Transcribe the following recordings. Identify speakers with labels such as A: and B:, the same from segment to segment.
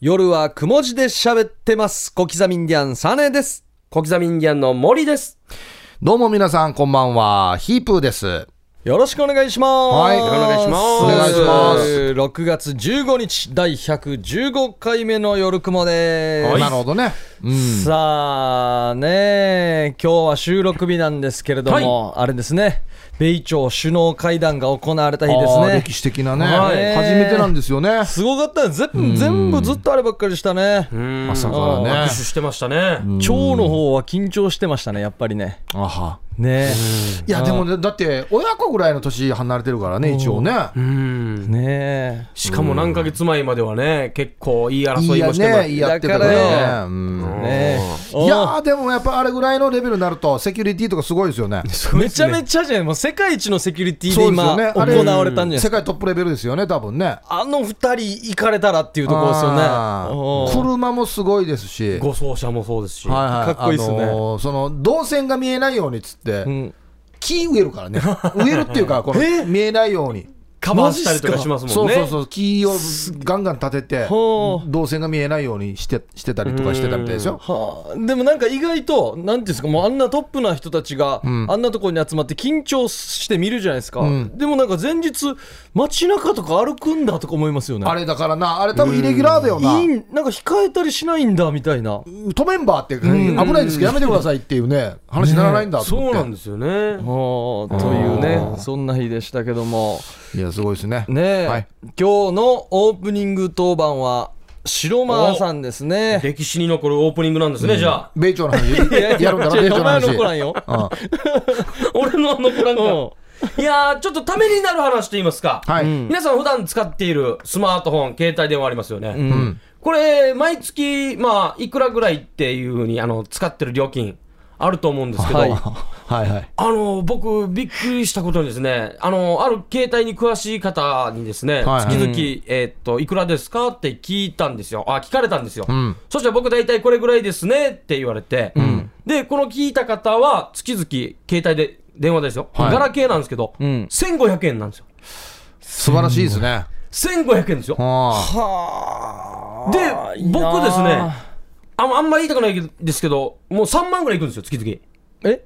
A: 夜はくも字で喋ってます。小刻みインディアン、サネです。
B: 小刻みインディアンの森です。
C: どうも皆さん、こんばんは。ヒープーです。
A: よろしくお願いします。
C: はいお願いします
A: お
C: お
A: 願
C: 願
A: いし
C: いし
A: ま。
C: ます
A: 6月15日、第115回目の夜雲です。
C: なるほどね。うん。
A: さあね今日は収録日なんですけれども、あれですね米朝首脳会談が行われた日です
C: あー
A: ね
C: 歴史的なね、
A: はい
C: 初めてなんですよね。
A: すごかったね全全部ずっとあればっかりしたね
B: ま
C: 朝
B: さ
C: からね。
B: 握手してましたね。
A: 腸の方は緊張してましたねやっぱりね
C: あは。
A: ね
C: いや、でもね、だって、親子ぐらいの年離れてるからね、一応ね。
B: うん。
A: ね
B: しかも何ヶ月前まではね、結構いい
C: い
B: 争
C: い
B: い
C: や
B: もしてた
C: ね、いいやってた
A: だ
C: ね
A: から。
C: うん
A: ね
C: いや
A: お
C: ー、でもやっぱあれぐらいのレベルになると、セキュリティとかすごいですよ ね。
A: めちゃめちゃじゃないもう世界一のセキュリティ
C: そ
A: で
C: うです
A: 今
C: よねあれ
A: 行われたんじゃないです
C: 世
A: か
C: 界トップレベルですよね、多分ね。
A: あの二人行かれたらっていうところですよ
C: あ
A: ね
C: ー
A: おー
C: 車もすごいですし。
B: ご奏者もそうですし。
C: は
A: かっこいいっすね
C: あのーその動線が見えないようにっつって、
A: ん
C: 木植えるからね植えるっていうかこの見えないように、
B: カバーしたりとかしますも
C: そ
B: ん
C: う
B: ね。
C: そうそう木をガンガン立てて
A: ほう
C: 動線が見えないようにしてしてたりとかしてたみたいですよ
A: はあ、でもなんか意外と、なんていうんですか、もうあんなトップな人たちが、あんなところに集まって緊張して見るじゃないですか、でもなんか前日、街中とか歩くんだとか思いますよね。
C: あれだからなあれ多分イレギュラーだよない
A: いんなんか控えたりしないんだみたいな、
C: 止めんばって危ないんですけどやめてくださいっていうね話にならないんだと
B: そ
C: 思
B: う
C: って、
B: なんですよね。
A: はあ、というね、そんな日でしたけども、
C: いやすごいですね
A: ねえ、
C: はい
A: 今日のオープニング当番は、白間さんですね。
B: 歴史に残るオープニングなんですね、じゃあ。
C: 米朝の話やるん
A: 違う
C: だな米朝
A: お
C: の
A: 前
C: 話
A: の子なんよ。
C: うん
B: 俺の残らん
A: うん
B: が。いやー、ちょっとためになる話と言いますか。
C: はい、
B: 皆さん普段使っているスマートフォン、携帯電話ありますよね。
A: うん
B: これ、毎月、まあ、いくらぐらいっていうふうに、あの、使ってる料金、あると思うんですけど、
A: はい
C: はいはい
B: あの、僕、びっくりしたことにですね、あの、ある携帯に詳しい方にですね、
C: はい
B: 月々、えーっと、いくらですかって聞いたんですよ。あ、聞かれたんですよ。
C: ん
B: そしたら僕、大体これぐらいですねって言われて、で、この聞いた方は、月々、携帯で、電話ですよ。
C: はい
B: ガラケーなんですけど、
A: ん
B: 1500円なんですよ。
C: 素晴らしいですね、
B: 1500円ですよ。
C: はあ
B: で
A: はあ、いいなあ
B: 僕ですね、あんあんまり言いたくないですけど、もう3万ぐらいいくんですよ、月々。
A: え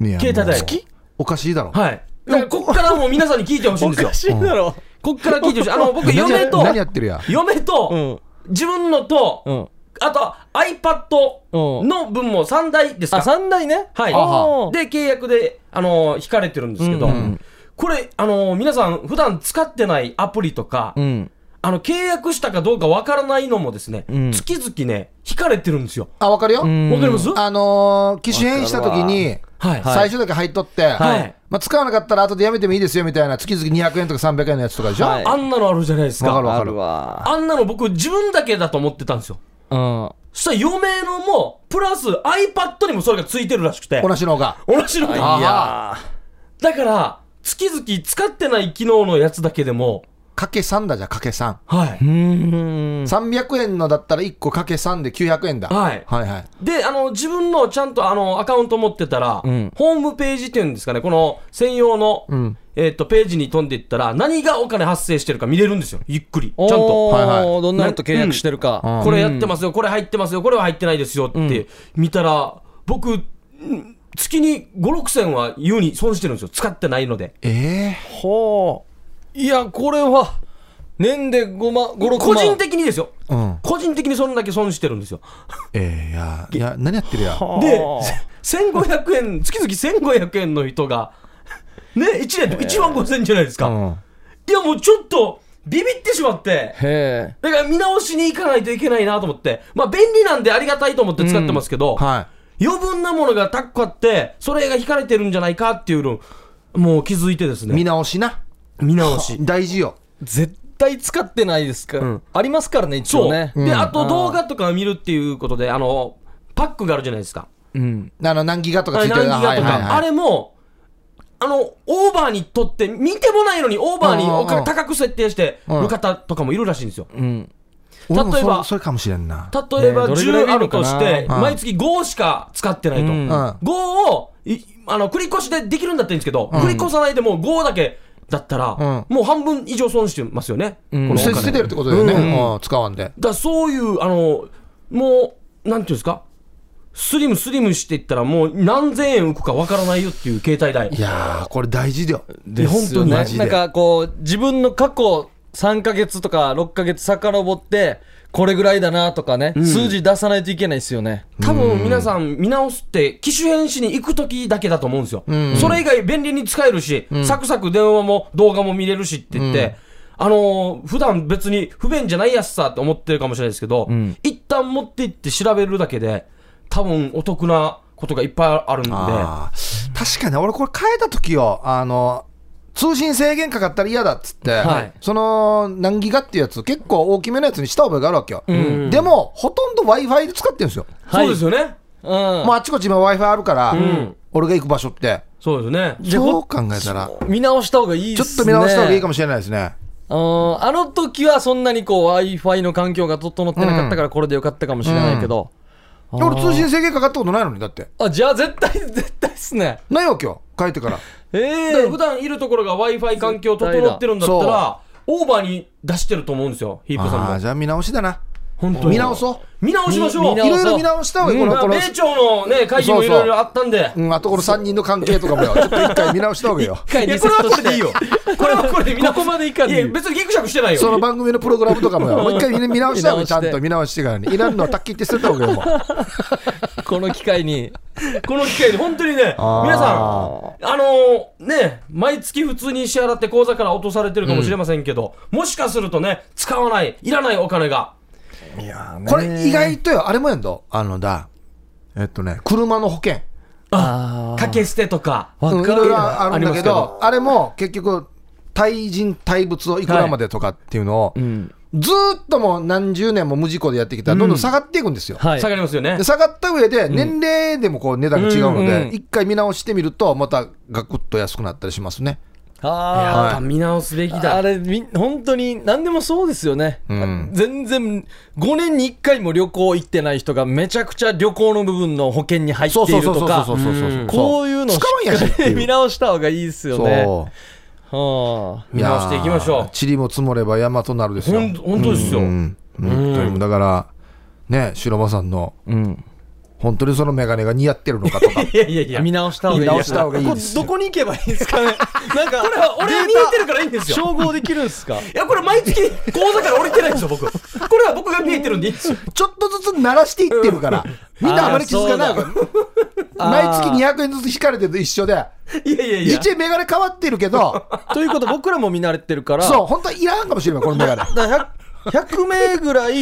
C: いや
B: 携帯代
C: もうおかしいだろ
B: はい。だからこっからもう皆さんに聞いてほしいん
A: お
B: ですよ
A: か。しいだろ。
B: こっから聞いてほしい。あの、僕、
C: 何
B: 嫁
C: や
B: と、
C: 何やってるや
B: 嫁
A: う
B: と、
A: ん。
B: 自分のと、
A: うん。
B: あと iPad の分も3台です
A: あ、
B: か。
A: 三台ね。
B: はい
A: あは。
B: で、契約で、あの、引かれてるんですけど
A: うんうん、
B: これ、あの、皆さん、普段使ってないアプリとか、
A: ん。
B: あの、契約したかどうかわからないのもですね、
A: ん
B: 月々ね、引かれてるんですよ。
C: あわかるよ、
A: ん
B: わかります
C: あのー、機種変した時に
B: はい。
C: 最初だけ入っとって、
B: はい
C: まあ、使わなかったら後でやめてもいいですよみたいな月々200円とか300円のやつとかでしょ、
A: はい
B: あんなのあるじゃないですか。
C: わかるわ
A: あるわ。
B: あんなの僕自分だけだと思ってたんですよ。
A: うん。
B: そしたら嫁のも、プラス iPad にもそれがついてるらしくて。
C: 同じのが
B: 同じのが
C: あ
A: いや
B: だから、月々使ってない機能のやつだけでも、
C: かけ3だじゃあかけ3、
B: は
A: ー。う
B: い。
A: ーん。
C: 300円のだったら1個かけ3で900円だ、
B: はい。
C: はいはい
B: で、あの、自分のちゃんとあの、アカウント持ってたら、
A: ん
B: ホームページっていうんですかね、この専用の、
C: ん
B: えっと、ページに飛んでいったら、何がお金発生してるか見れるんですよ。ゆっくり。ちゃんと。
A: おー
C: はいは
A: どんなのと契約してるか。
C: うん
B: これやってますよ、これ入ってますよ、これは入ってないですよって見たら、僕、うん月に5、6千は優に損してるんですよ、使ってないので。
C: え
A: ほう。いや、これは、年で5万、5、6万。
B: 個人的にですよ、
C: えうん
B: 個人的にそんだけ損してるんですよ。
C: ええいやいや何やってるや
A: はあ
B: で、1500円、月々1500円の人が、ね、1年で1万5000円じゃないですか。
C: うん
B: いや、もうちょっと、ビビってしまって。
A: へえ。
B: だから見直しに行かないといけないなと思って、まあ便利なんでありがたいと思って使ってますけど、
C: は
B: 余分なものがたくあって、それが引かれてるんじゃないかっていうのを、もう気づいてです
C: い見
B: ね。
C: 直しな
B: 見直し。
C: 大事よ
A: 絶対使ってないですか、
B: うん
A: ありますからね、一
B: そ
A: 応
B: う。
A: ね。
B: で、あ
A: あー
B: と動画とかを見るっていうことで、あの、パックがあるじゃないですか。
A: うん。
C: あの何ギガと
B: あ
C: かつ
B: れ
C: いて
B: 何
C: る
B: ギガと
C: はいはいはい
B: か。あれも、あの、オーバーにとって、見てもないのにオーバーにお
C: うんうん
B: 金
C: うん
B: 高く設定して
C: うん
B: る方とかもいるらしいんですよ。
A: うん。
C: 俺も
B: 例えば
C: そそれかもしれんな
B: 例えば
A: ねどれぐらいがい
B: 10あ
A: いの
B: る
A: か
B: と
A: な
B: して、
C: うん
B: 毎月5しか使ってないと。
A: うん
C: うん
B: 5をいあの繰り越しでできるんだっていいんですけど、繰り越さないでもう5だけだったら、もう半分以上損してますよね。
A: ん
B: このお
C: 捨
B: 金
C: て捨ててるってことだよね、うん使わんで。
B: だからそういう、あの、もう、なんていうんですか、スリムスリムしていったら、もう何千円浮くかわからないよっていう携帯代。
C: いやー、これ大事だよ。
A: ですよ
B: いや
A: ね
B: 本当
C: に
A: なんかこう自分の過去3ヶ月とか6ヶ月遡ってこれぐらいだなとかね、数字出さないといけないですよね
B: 多分皆さん見直すって、機種変しに行くときだけだと思うんですよ。それ以外便利に使えるし、サクサク電話も動画も見れるしって言って、あのー普段別に不便じゃないやつさって思ってるかもしれないですけど、一旦持って行って調べるだけで、多分お得なことがいっぱいあるんで、
C: あー確かに俺これ変えた時よあの通信制限かかったら嫌だっつって、
B: はい
C: その何ギガっていうやつ結構大きめのやつにした覚えがあるわけよ、でもほとんど w i f i で使ってるんですよ、
A: はい
B: そうですよね。
A: うん
C: もうあっちこっち今 w i f i あるから、
B: ん
C: 俺が行く場所って
B: そうですね。
A: じゃあ
C: そう考えたら
A: 見直した方がいい
C: ち
A: で
C: ょ
A: す
C: っ
A: ね
C: と見直した方がいいかもしれないですね
A: うんあの時はそんなにこう w i f i の環境が整ってなかったからこれでよかったかもしれないけど、あー
C: 俺通信制限かかったことないのにだって
A: あじゃあ絶対 絶対っすね
C: ないわけよ変えてから
A: え
B: だから
A: え
B: 普段いるところが Wi-Fi 環境整ってるんだった
C: 絶対
B: ら
C: だ、
B: オーバーに出してると思うんですよ、ヒープ
C: あ
B: さ
C: あ
B: んも。
C: じゃあ見直しだな
B: 本当に。
C: 見直そう
B: 見直しましょう。
A: み見直
C: いろいろ見直した方がいいこ
B: ま
C: の
B: あ
C: この
B: 米朝のね、会議もいろいろあったんで。
C: うん、あとこの3人の関係とかもよ、ちょっと一回見直した方がいいよ。
A: 一回
B: いや、
A: リ
B: こ
A: セ
B: れ
A: ッ
B: は
A: ト
B: こ
A: し
B: れでいい
A: て
B: よ。 これはこれで見直
A: ここまでいかん
B: い
A: でいい
B: や、別にギクシャクしてない
C: その
B: よ。
C: 番組のプログラムとかもよ、もう一回見直した方が
A: 見直
C: いい
A: して
C: ちゃんと見直してからに。いらんのは卓球って捨てた方がいいよ、もう。
A: この機会に
B: この機会で、本当にね、皆さん、あ
C: あ
B: のーね、毎月普通に支払って口座から落とされてるかもしれませんけど、もしかするとね、使わない、いらないお金が。
C: これ意外とよ、あれもやんど。あのだ、えっとね、車の保険。
A: あ
B: 掛け捨てとか。
A: あ
C: うんいろいろあるんだけ
A: あります
C: ど、あれも結局、対人、対物をいくらまでとかっていうのを、
A: ん
C: ずーっともう何十年も無事故でやってきたら、どんどん下がっていくんですよ。
A: はい
B: 下がりますよね
C: で。下がった上で、年齢でもこう値段が違うの
A: うんう
C: で、
A: ん
C: 一回見直してみると、またガクッと安くなったりしますね。
A: あー
B: やっぱ見直すべきだ
A: あ。れみ本当に何でもそうですよね、
C: ん
A: 全然5年に1回も旅行行ってない人がめちゃくちゃ旅行の部分の保険に入っているとか
C: そうそう
B: うん
A: こういうのをし
C: 使わんやし
A: っ
C: って
A: か
C: い
A: り
C: う
A: 見直した方がいいですよね
C: そ
A: は
C: う
B: 見直していきましょう
C: やー塵も積もれば山となるですよ
B: ほん本当ですよ。
C: うん本当にだからね白間さんの
A: あうん
C: 本当にその眼鏡が似合ってるのかとか
B: いやいやいや。
A: 見
B: こ
A: 直した方がいい
C: 見
A: で
C: 直
A: す
C: した方がいいです
A: どこに行けばいいですかねなんかこ
B: れは俺は見えてるからいいんですよ。
A: 照合できるんですか
B: いや、これ毎月口座から降りてないんですよ、僕。これは僕が見えてるんでいいんですよ。
C: ちょっとずつ慣らしていってるからみんなあまり気づかない
A: あー
C: 毎月
A: あー
C: 200円ずつ引かれてると一緒で
B: いやいやいや。
C: 一応眼鏡変わってるけど
A: ということ僕らも見慣れてるから
C: そう本当はいらんかもしれないこの眼鏡
A: だから100 100名ぐらい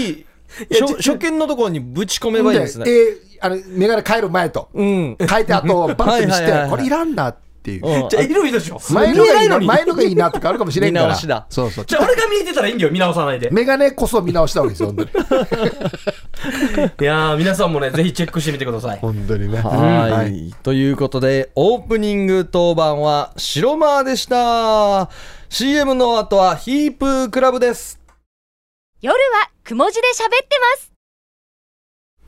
A: しょ初見のところにぶち込めばいいですね
C: でえーあの眼鏡変える前と
A: うん
C: 変えてあとバッと見せ
A: はいはいはいはい
C: てこれいらんなっていう
A: うん
B: じゃあ、いるいいでしょ。
C: 前の
B: 見え
C: が
B: ないい
C: い
B: の
C: な
B: に。
C: 前のがいいなとかあるかもしれんから
A: 見直しだ
C: そうそう
B: じゃあ、俺が見えてたらいいんだよ、見直さない で。
C: 眼鏡こそ見直した方がいい ですよ本当に
B: いやー、皆さんもね、ぜひチェックしてみてください。
C: 本当にね。
A: はい、
C: はい
A: ということで、オープニング当番は白間でした。CM の後はヒープークラブです。
D: 夜はくも字で喋ってます。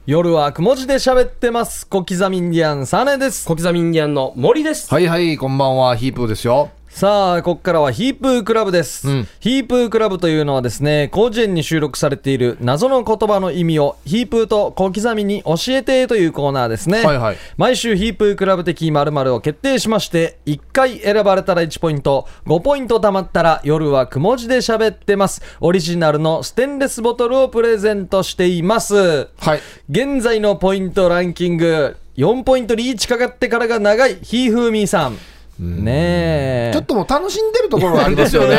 A: 夜はくも字で喋ってます。小刻みインディアンサネです。
B: 小刻みインディアンの森です。
C: はいはい、こんばんは、ヒープーですよ。
A: さあ、ここからはヒープークラブです。
C: うん
A: ヒープークラブというのはですね、広辞苑に収録されている謎の言葉の意味をヒープーと小刻みに教えてというコーナーですね。
C: はいはい
A: 毎週ヒープークラブ的〇〇を決定しまして、1回選ばれたら1ポイント、5ポイント貯まったら夜はくも字で喋ってます。オリジナルのステンレスボトルをプレゼントしています。
C: はい。
A: 現在のポイントランキング、4ポイントにリーチかかってからが長い、ひーふーみーさん。ねえ。
C: ちょっともう楽しんでるところがありますよ ね。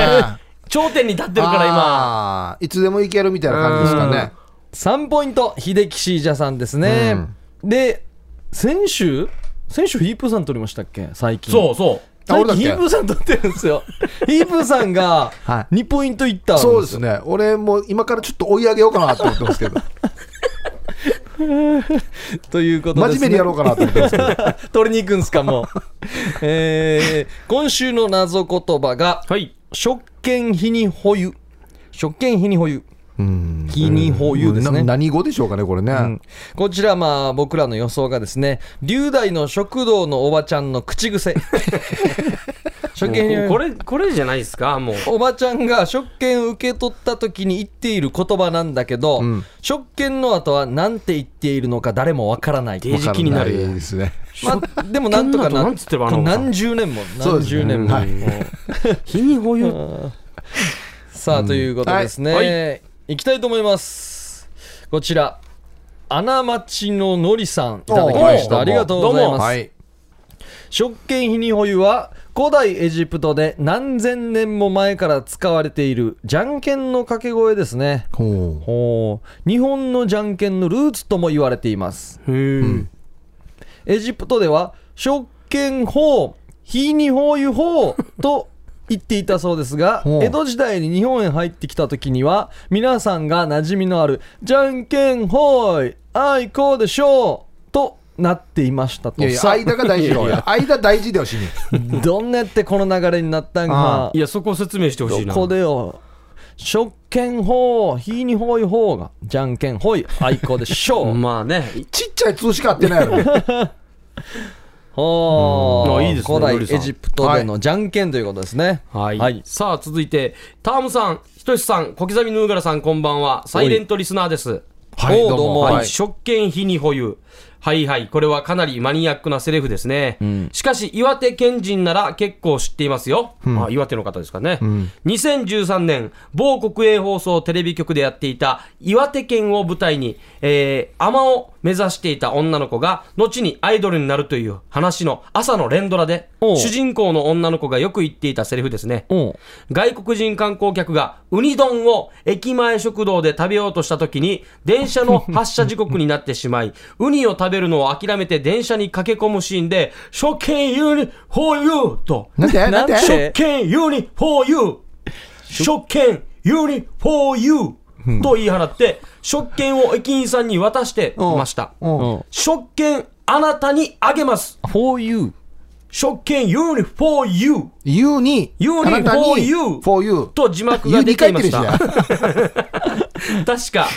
B: 頂点に立ってるから、今。
C: あー。いつでも行けるみたいな感じですかね。
A: 3ポイント、秀樹シージャさんですね。で、先週先週ヒープーさん取りましたっけ最近。
B: そうそ
C: あ
A: 最
C: 俺だ
A: 近ヒー
C: っけ
A: プーさん取ってるんです よ。ヒープーさんが
C: は
A: 2ポイントいったん
C: そうです
A: よ。
C: すね。俺もう今からちょっと追い上げようかなと思ってます けど、
A: ということで
C: 真
A: す、ね、
C: 面目にやろうかなと思ってますけど。
A: 取りに行くんすか、もう。 えー今週の謎言葉が、
B: う。はい。
A: 食券日に保有。食券日に保有。
C: うん
A: 日に保有ですね。
C: な何語でしょうかね、これね。
A: うんこちら、まあ、僕らの 予想がですね、龍大の食堂のおばちゃんの口癖。初見
B: もうこれ、これじゃないですか、もう。
A: おばちゃんが食券受け取った時に言っている言葉なんだけど、
C: うん
A: 食券の後は何て言っているのか誰もわからない
B: デジ気になるよ。
C: ですね。
A: まあ、でもなんとかな
B: 食券の後なんつってばあの
A: これ何十年も
C: そう
A: 何
C: ですね
A: 十年も、
C: はい
A: もう
B: 日にごゆ
A: さあ、ということですね、
B: はい
A: い、きたいと思いますこちら穴町ののりさんいただきまし
B: お
A: た
B: う
A: ありがとうござい
B: どう
A: ます、
B: も
C: はい。
A: 食券日に保有は古代エジプトで何千年も前から使われているじゃんけんの掛け声ですね
C: ほ
A: ほう日本のじゃんけんのルーツとも言われています
B: うん。
A: エジプトでは食券法非日本輸法と言っていたそうですが
C: ほう
A: 江戸時代に日本へ入ってきた時には皆さんが馴染みのあるじゃんけんほーいあいこうでしょうとなっていました
C: う。
A: と
C: いや いや、
A: さあ
C: 間が大事よ。間大事だよ、死に。
A: どんなやってこの流れになったんか
C: あ
B: いや、そこを説明してほしいな。
A: どこでよ食券法非にほいほうがじゃんけんほいあいこうでしょう、
B: まあね。
C: ちっちゃい通しか合ってないやろ。
A: は
B: うん
A: あ
B: あいいですね
A: 古
B: のりさ
A: 代
B: ん
A: エジプトでのじゃんけんということですね。
B: はい、さあ、続いて、タームさん、ひとしさん、小刻みヌーガラさん、こんばんは。サイレントリスナーです。
C: はい
A: おうどうも
B: はい、
A: はい
B: 食券費に保有。はいはい、これはかなりマニアックなセレフですね。しかし、岩手県人なら結構知っていますよ。あ岩手の方ですかね、2013年、某国営放送テレビ局でやっていた岩手県を舞台に、えー、海女を目指していた女の子が、後にアイドルになるという話の朝の連ドラで、
A: おう
B: 主人公の女の子がよく言っていたセリフですね。
A: うん。
B: 外国人観光客がウニ丼を駅前食堂で食べようとした時に電車の発車時刻になってしまい ウニを食べるのを諦めて電車に駆け込むシーンで「初見ユニフォーユー」と
C: なんてなんて
A: なんて
B: 初見ユニフォーユー初見ユニフォーユーと言い放って食券を駅員さんに渡してました
C: うん
A: うん。
B: 食券あなたにあげます
A: for you。
B: 食券ユニフォーユー
C: You に、
B: You に
C: あなた
B: for you
C: for you。
B: と字幕
C: You
B: が出
C: 2
B: て
C: 回
B: い
C: 言
B: ま
C: ってる
B: し
C: したね。
B: 確か、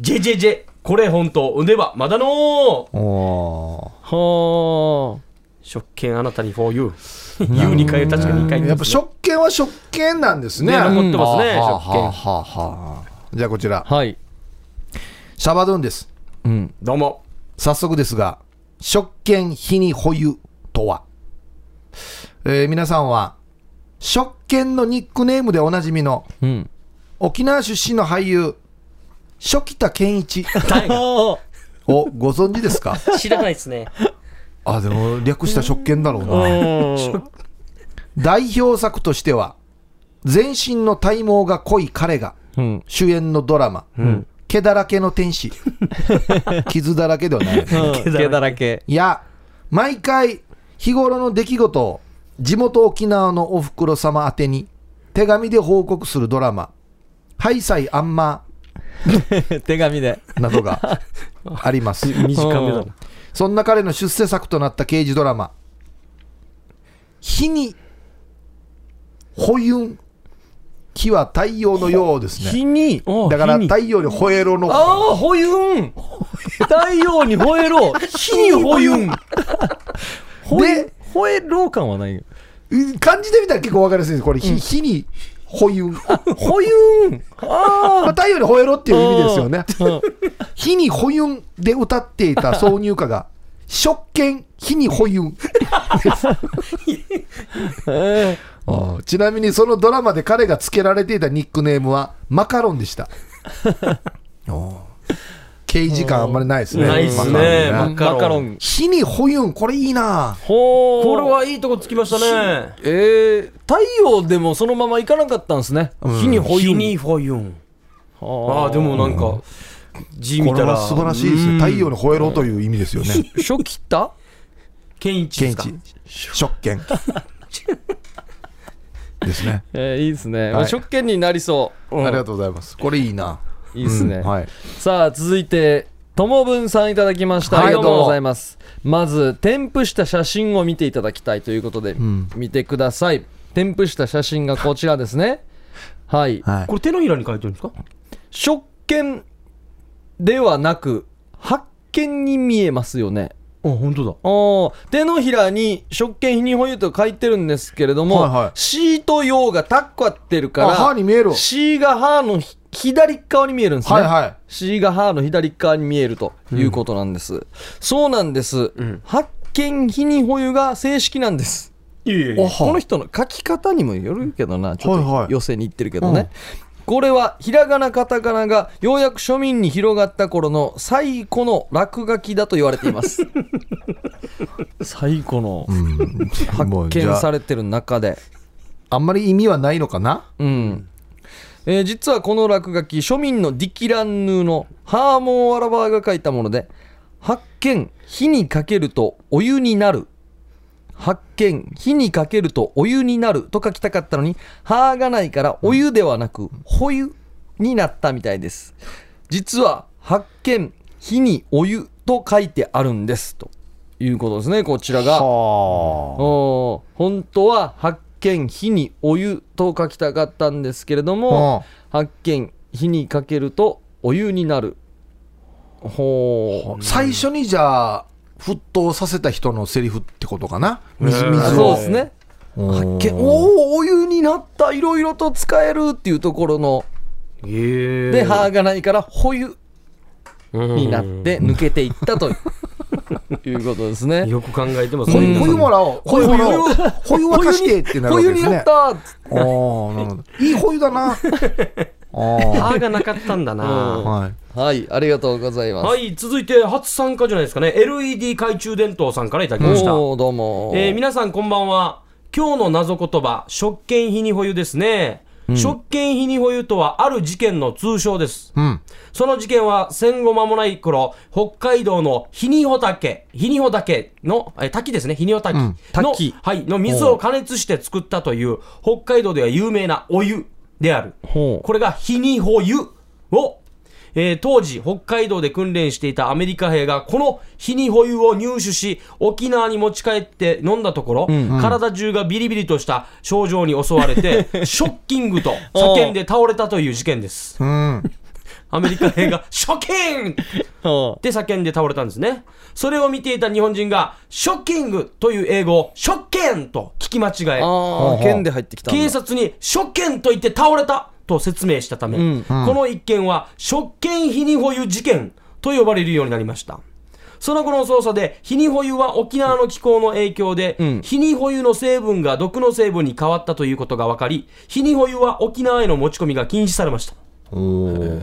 B: ジェジェジェ、これ本当、では、まだのー
C: お
A: は
B: 食券あなたに for you。言う2回、確かに2回、
C: ーやっぱ
B: 食
C: 食券は食券なんですね。
B: ね残ってますね
C: はあ
B: 食券
C: はあはあはあじゃあこちら
A: あ。、はい。
C: シャバドゥンです。
A: うん。
B: どうも。
C: 早速ですが、食券日に保有とは、えー皆さんは、食券のニックネームでおなじみの
A: うん。
C: 沖縄出身の俳優、初期田健一
B: 誰が
A: あ
C: をご存知 ですか
B: 知らないですね。
C: あ、でも略した食券だろうな。
A: あ。
C: 代表作としては、全身の体毛が濃い彼が
A: うん。
C: 主演のドラマ、毛だらけの 天使、傷だらけではない。
A: 毛だらけ。
C: いや、毎回、日頃の出来事を地元沖縄のおふくろ様宛てに手紙で報告するドラマ、ハイサイアンマ
A: 手紙で。
C: ーなどがあります。
B: 短め
A: う
B: だ
A: ん
B: な。
C: そんな彼の出世作となった刑事ドラマ、日に、ほゆん、日は太陽のようですね。
A: 日に。
C: だから
A: 日に
C: 太陽に吠えろの、
A: ああ、ほゆん。太陽に吠えろ。火にほゆん。 ほえ
C: で、
A: 吠えろ感はないよ。
C: 漢字で見たら結構わかりやすいです。これ、日日にほゆん。
A: ほゆん。あ
C: まあ、太陽に吠えろっていう意味ですよね。
A: あ。うん
C: 火に保ユンで歌っていた挿入歌が、食券火に保ユン。
A: ええ
C: ちなみにそのドラマで彼が付けられていたニックネームは、マカロン でした。おー刑事感あんまりないですね。
B: ないっす
C: マカロン
B: ね。
A: マ
B: マ
A: カロン
B: カロン。
C: 火に保ユン、これいいな
A: ほう。
B: これはいいとこつきましたね。
A: えー、太陽でもそのまま行かなかったんですね。
C: ん
A: 日にほゆ
B: 日
A: ん。
B: に for you。あ
A: あ
B: あ、でもなんか、字見
C: これ
B: た
C: は
B: ら。
C: 素晴らしいですね。太陽に吠えろという意味ですよね。
A: 初期た
B: ケンイチで
C: ケン
B: すか
C: チ。食券。ですね。
A: えー、いいですね。
C: はい
A: 食券になりそう。うん
C: ありがとうございます。これいいな。
A: いいですね。
C: うんはい。
A: さあ、続いて、ともぶんさんいただきました。
C: はい
A: ありがと
C: どう
A: う
C: も
A: ございます。まず、添付した写真を見ていただきたいということで、見てください。添付した写真がこちらですね。はい。
C: はい
B: これ手のひらに書いてるんですか
A: 食券ではなく、発見に見えますよね。
C: う
B: 本当だ。
A: おー手のひらに食券に保有と書いてるんですけれども、
C: はいはい
A: シーと用がタッコ合ってるか
C: あ歯
A: ら、
C: に見える
A: シーが歯のひ左側に見えるんですね。
C: はいはい
A: シーが歯の左側に見えるということなんです。そうなんです。発見日に保有が正式なんです。
B: いえい
C: お
B: え。
A: この
C: は
A: 人の書き方にもよるけどな、ちょ
C: はいは
A: っ
C: い
A: と寄せに行ってるけどね。これはひらがなカタカナがようやく庶民に広がった頃の最古の落書きだと言われています 最古の発
C: もうじゃ
A: 見
C: あ
A: されてる中で
C: あんまり意味はないのかな
A: うん、えー実はこの落書き庶民のディキランヌーのハーモン・アラバーが書いたもので発見火にかけるとお湯になる発見火にかけるとお湯になると書きたかったのに歯がないからお湯ではなく保湯になったみたいです実は発見火にお湯と書いてあるんですということですねこちらが
C: は
A: おー本当は発見火にお湯と書きたかったんですけれども発見火にかけるとお湯になるほ
C: あ最初にじゃあ沸騰させた人のセリフってことかな水
B: へ
A: う
B: ー
A: あ
C: 水
A: そう
C: を
A: ですね
C: うん
A: 発見おおお湯になったいろいろと使えるっていうところの
B: ええ。
A: で歯がないから保湯に
B: に
A: なって抜けていったといういうことですね
B: よく考えてます
C: こ
B: ね。
C: うい
B: 皆さ
C: うこういうんもらおうこういうもらおうこういうは貸してってなるわ
A: 保
C: け
A: 湯
C: で
A: に
C: す
A: な
C: ね
A: った
C: ああーなるほどいい保湯だなああ
B: 歯がなかったんだ
A: うん
B: な。
C: はい
A: はいありがとうございます、
B: はい、続いて初参加じゃないですかね。LED 懐中電灯さんからいただきました。
A: おおどうも、
B: えー皆さんこんばんは今日の謎言葉食券日に保有ですね、食券日に保有とはある事件の通称です
C: うん
B: その事件は戦後間もない頃北海道の日に穂岳日に穂岳のえー滝ですね日に穂滝の、
A: 滝
B: はい、の水を加熱して作ったという北海道では有名なお湯である
A: ほう
B: これが日に保湯を、えー当時、北海道で訓練していたアメリカ兵が、この日に保湯を入手し、沖縄に持ち帰って飲んだところ、体中がビリビリとした症状に襲わ れて、ショッキングと叫んで倒れたという事件です。
C: うん
B: アメリカ兵が、 ショッキング
A: ほ
B: って叫んで倒れたんですね。それを見ていた日本人が、ショッキングという英語を、ショッケンと聞き間違
A: う
B: え、
A: ああ
C: ほう
A: 剣で入ってきたんだ
B: 警察に職権と言って倒れたと説明したため、
A: うんうん
B: この一件は職権非に保有事件と呼ばれるようになりました。その後の捜査で、日に保有は沖縄の気候の影響で、
A: ん
B: 日に保有の成分が毒の成分に変わったということが分かり、日に保有は沖縄への持ち込みが禁止されました。
C: おー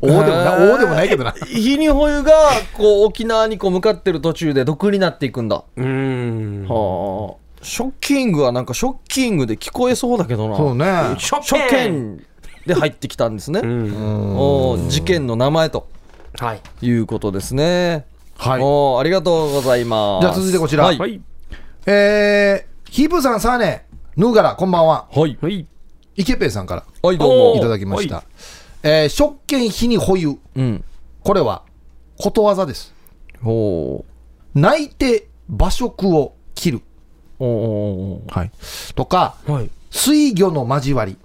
C: おーでもなおーでもないけどな
A: 日に保湯がこう沖縄にこう向かってる途中で毒になっていくんだ、
B: うーん。
A: はあショッキングはなんかショッキングで聞こえそうだけどな
C: そうね
B: ショ
A: 初
B: ッケン
A: 見で入ってきたんですね、
B: うん。
A: おー事件の名前と
B: はい。
A: いうことですね
C: はい
A: おーありがとうございます
C: じゃあ続いてこちら
A: はいは、
B: はいい。
C: えー、ヒープーさん、サーネ、ヌーガラ、こんばんは。
A: はい
B: はい。
C: イケペイさんから
A: どう
C: い
A: も
C: ただきまし
B: は
C: た。えー、食券日に保有。
A: うん
C: これは、ことわざです。
A: ほ
C: 泣いて馬食を切る。
A: うおー
C: はい。とか、
B: はい。
C: 水魚の交わり。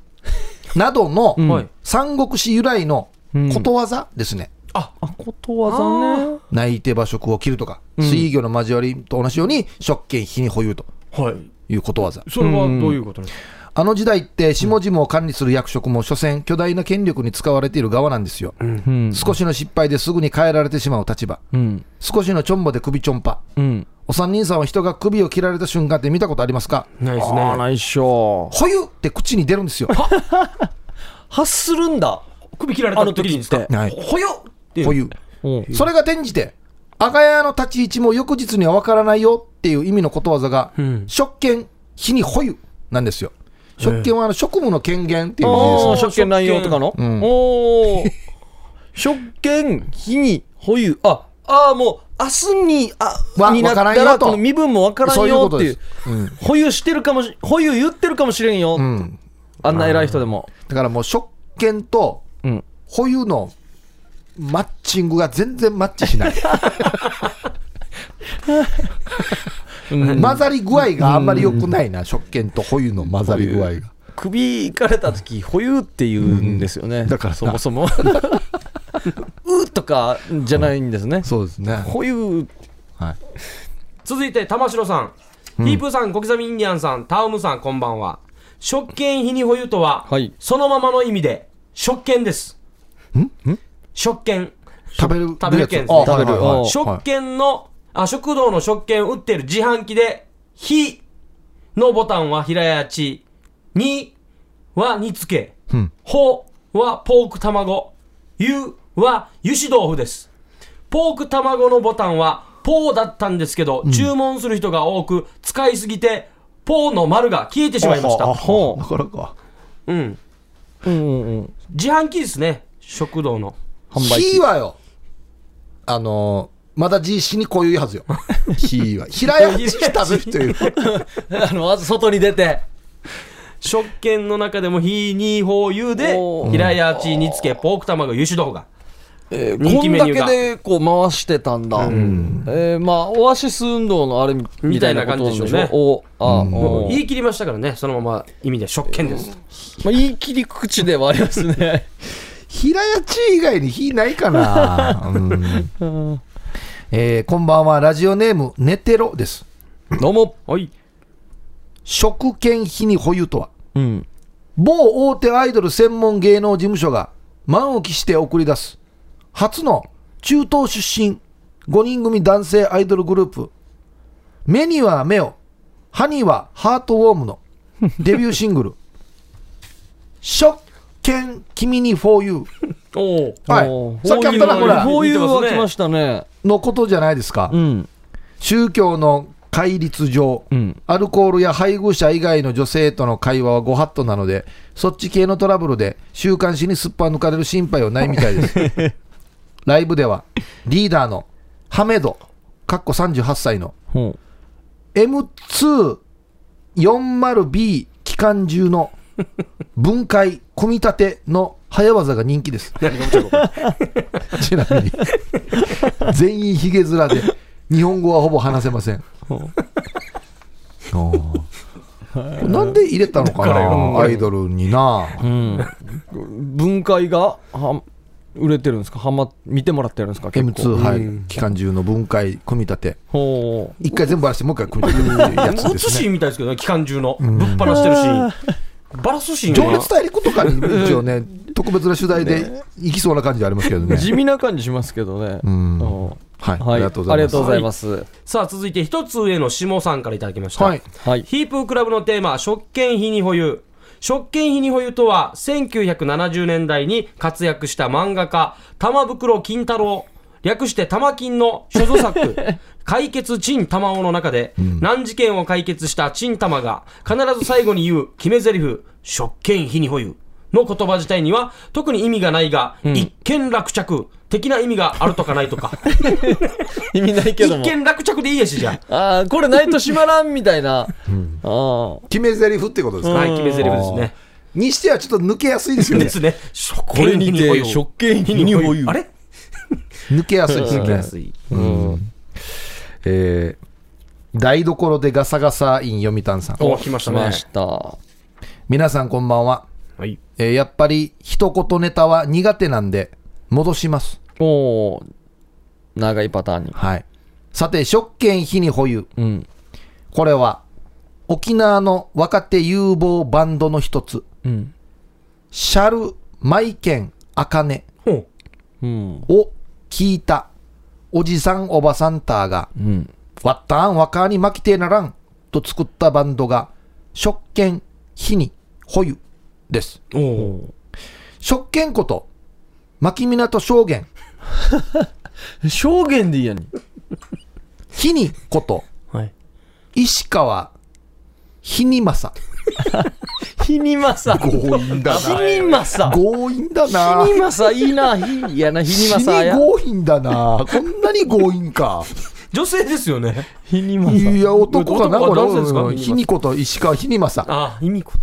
C: などの、
A: うん
B: はい。
C: 三国志由来の
A: うん
C: ことわざですね。
B: あ、
A: あことわざね
C: 泣いて馬食を切るとか、
A: ん
C: 水魚の交わりと同じように、食券日に保有と
B: はい。
C: いうことわざ。
B: それはどういうことですか
C: あの時代って、下々を管理する役職も、所詮、巨大な権力に使われている側なんですよ。
A: うん
C: 少しの失敗ですぐに変えられてしまう立場。
A: うん
C: 少しのちょんぼで首ちょんぱ。
A: うん
C: お三人さんは人が首を切られた瞬間って見たことありますか
B: ないです
A: ああ
B: ね。
A: ないっしょ
C: ほゆって口に出るんですよ。
A: 発するんだ
B: 首切られた
A: あの時
B: 時に
A: っ
B: ですか
A: て
C: はい。
B: ほよって
C: ほゆ。
A: うん
C: それが転じて、赤屋の立ち位置も翌日にはわからないよっていう意味のことわざが、
B: ん
C: 職権、日にほゆなんですよ。職権はあの職務の権限っていう字です
A: あ
C: ね
A: あ、職権乱用とかの、
C: うん
A: おお職権日に保有あああもう明日にあ
C: わ
A: になった
C: わからん
A: ら
C: よと
A: この身分もわから
C: そ
A: ん
C: ういう
A: よ
C: こ
A: って
C: と
A: いう
C: です。うん。
A: 保有してるかもし保有言ってるかもしれんよ、
C: うん。
A: あんな偉い人でも
C: だからもう職権と
A: うん
C: 保有のマッチングが全然マッチしない。
A: うん
C: 混ざり具合があんまり良くないな、食券と保有の混ざり具合が。
A: 首 いかれた時保有って言うんですよね、
C: だからな
A: そもそもうーとかじゃないんですね。
C: そうですね。
A: こういう、
B: 続いて玉城さん、ヒープーさん小刻みインディアンさんタウムさんこんばんは食券日に保有とは、
A: はい
B: そのままの意味で食券です食券
C: 食べる。
B: 食べる券です
C: あ
B: ね
A: 食べる
C: はいはいはい
A: お
B: 食券の、あ食堂の食券売ってる自販機で「ひ」のボタンは平屋地「に」は煮つけ
C: うん
B: 「ほ」はポーク卵「ゆ」は油脂豆腐ですポーク卵のボタンは「ポー」だったんですけど、注文する人が多く使いすぎて「ポー」の丸が消えてしまいました
C: あ
A: ほう
C: なかなか。
B: うん
A: うんうんうん。
B: 自販機ですね食堂の
A: 販売機
C: 火はよ、あのー、まだ実施にこういう はずよ。火は。平屋地食べるという。
A: あの、まず外に出て。
B: 食券の中でも「ひ」「に」「ほ」「ゆ」で
A: おー
B: 平屋地煮つけポーク卵油脂豆腐が
A: えー
B: 人気メニュー
A: こ
B: が
A: んだけでこう回してたんだ、えーまあオアシス運動のあれみみ
B: み
A: た
B: た
A: い
B: い
A: な
B: な
A: ことなんでしょ
B: 感じでしょうね
A: おあ、
B: も
A: お
B: う言い切りましたからね、そのまま意味で食券です。
A: まあ、言い切り口ではありますね
C: 平屋地以外に火ないかな。うんえーこんばんは。ラジオネーム、ネテロです。
A: どうも
B: はい。
C: 食券費に保有とは
A: うん
C: 某大手アイドル専門芸能事務所が満を期して送り出す初の中東出身5人組男性アイドルグループ目には目を歯にはハートウォームのデビューシングル「食券君に for you
B: おお。」
C: は
A: おー
C: いさっきあったな
B: こ
C: こ
B: れ
C: れ
A: こういうは来ましたね
C: のことじゃないですか
A: うん
C: 宗教の戒律上、
A: うん
C: アルコールや配偶者以外の女性との会話はご法度なので、そっち系のトラブルで週刊誌にすっぱ抜かれる心配はないみたいです。 ライブでは、リーダーのハメド、かっこ38歳の
A: ほ
C: M240B 機関銃の分解、組み立ての早技が人気です。ちなみに、全員ひげ面で、日本語はほぼ話せません。おーこれなんで入れたのかな、アイドルにな。
A: う、うん、分解がは売れてるんですかはま見てもらってるんですか結構
C: M2、はい、機関銃の分解、組み立て。
A: ほう
C: 一回全部あらして、もう一回組み立てるっていうやつ
B: 映
C: です
B: シ
C: ね。
B: ーンみたいですけどね、期間中の。ぶっ放してるシーン。バラすシーン
C: 情
B: が
C: 熱大陸とかに一応ね、特別な取材で行きそうな感じはありますけどね。
A: 地味な感じしますけどね
C: うん
A: お
C: はい、
A: ーはい
C: ありがとうございます。
A: ありがとうございます
B: さあ、続いて一つ上の下さんからいただきました。
C: はい。
A: はい
B: ヒープークラブのテーマ、食券費に保有。食券費に保有とは、1970年代に活躍した漫画家、玉袋金太郎、略して玉金の所蔵 作、解決陳玉緒の中で、難事件を解決した陳玉が、必ず最後に言う決め台詞、食券費に保有。の言葉自体には特に意味がないが、一見落着的な意味があるとかないと か
A: 意味ないけど
B: 一
A: も
B: 見落着でいいやしじゃ
A: ああ、これないと閉まらんみたいな。ああ。
C: 決め台詞ってことです
B: あ
C: か、
B: はい決め台詞ですね
C: にしてはちょっと抜けやすいですよ ね
B: で。すね。
A: これにて食券費に保有
B: あれ
C: 抜けやすいです
B: 抜けや
C: ね。
B: すい。
A: うん。
C: えー台所でガサガサイン読谷さん。
B: お、来ました
A: し
B: ね
A: ま。した。
C: 皆さんこんばんは。
B: はい。
C: えーやっぱり一言ネタは苦手なんで、戻します。
A: おー長いパターンに。
C: はい。さて、食券費に保有。
A: うん。
C: これは、沖縄の若手有望バンドの一つ、
A: うん。
C: シャル・マイケン・アカネ
B: ほう。
A: うん。
C: を聞いた、おじさんおばさんターが、
A: うん。
C: わったん若に負けてえならんと作ったバンドが、食券、火に、保有です。
B: おお。
C: 食券こと、牧港証言、
A: 証言でいいやに。
C: 火にこと、
B: はい。
C: 石川、ひにまさ。
A: ひにまさ。ひ
C: 強引だ
A: にまさ。ひ
C: 強引だな。
A: にまさ、いいな。ひ、いやな、ひにまさ
C: 死に
A: や。
C: 強引だな。こんなに強引か。
B: 女性ですよね。
A: ひにま
C: いや、男かな、これ。
B: 男ですか
C: うんひにこと石川、ひにまさ。
B: あ、意味こ。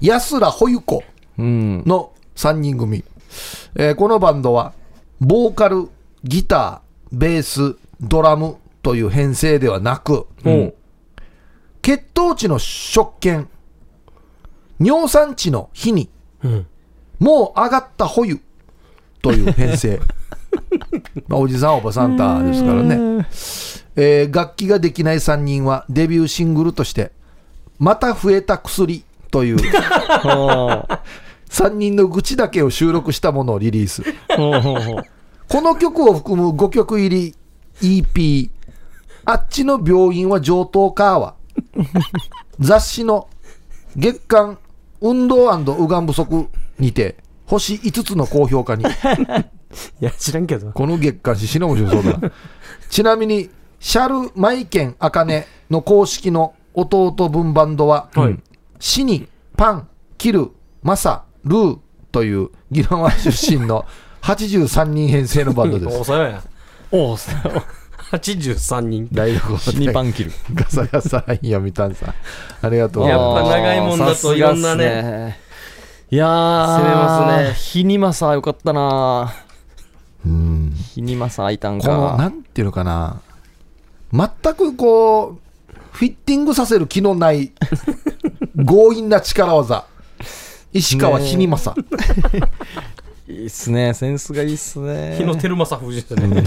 C: 安らほゆこ。
A: うん。
C: の3人組、えーこのバンドはボーカルギターベースドラムという編成ではなく、
B: うん。
C: 血糖値の食券尿酸値の日に
B: うん。
C: もう上がった保有という編成まあ、おじさんおばさんたですからね、えー楽器ができない3人はデビューシングルとして「また増えた薬」という3人の愚痴だけを収録したものをリリースこの曲を含む5曲入り EP「あっちの病院は上等か」は雑誌の月間運動うがん不足にて星5つの高評価に
B: いや、知らんけど。
C: この月刊誌、しのもしそうだな。ちなみに、シャル・マイケン・アカネの公式の弟分バンドは、
B: はい
C: シニ、パン、キル、マサ、ルーというギラワ出身の83人編成のバンドで
B: お
C: す。
B: さよや。
A: おおさ
B: 83人。
C: 大学を
A: 死にパン切る
C: ガサガサインやみたんさん。ありがとうござ
B: や
C: い
B: っ
C: ま
B: ぱ長いもんだと
A: さすがっす
B: いろんなね
A: いやー
B: 攻めますね
A: 日にまさよかったな
C: す。うん
A: 日にまさあいたん
C: この、
A: か
C: なんていうのかな。全くこう、フィッティングさせる気のない強引な力技。石川ひにまさ。
A: いいっすねセンスがいいっすね
B: 日野照正夫人ですね。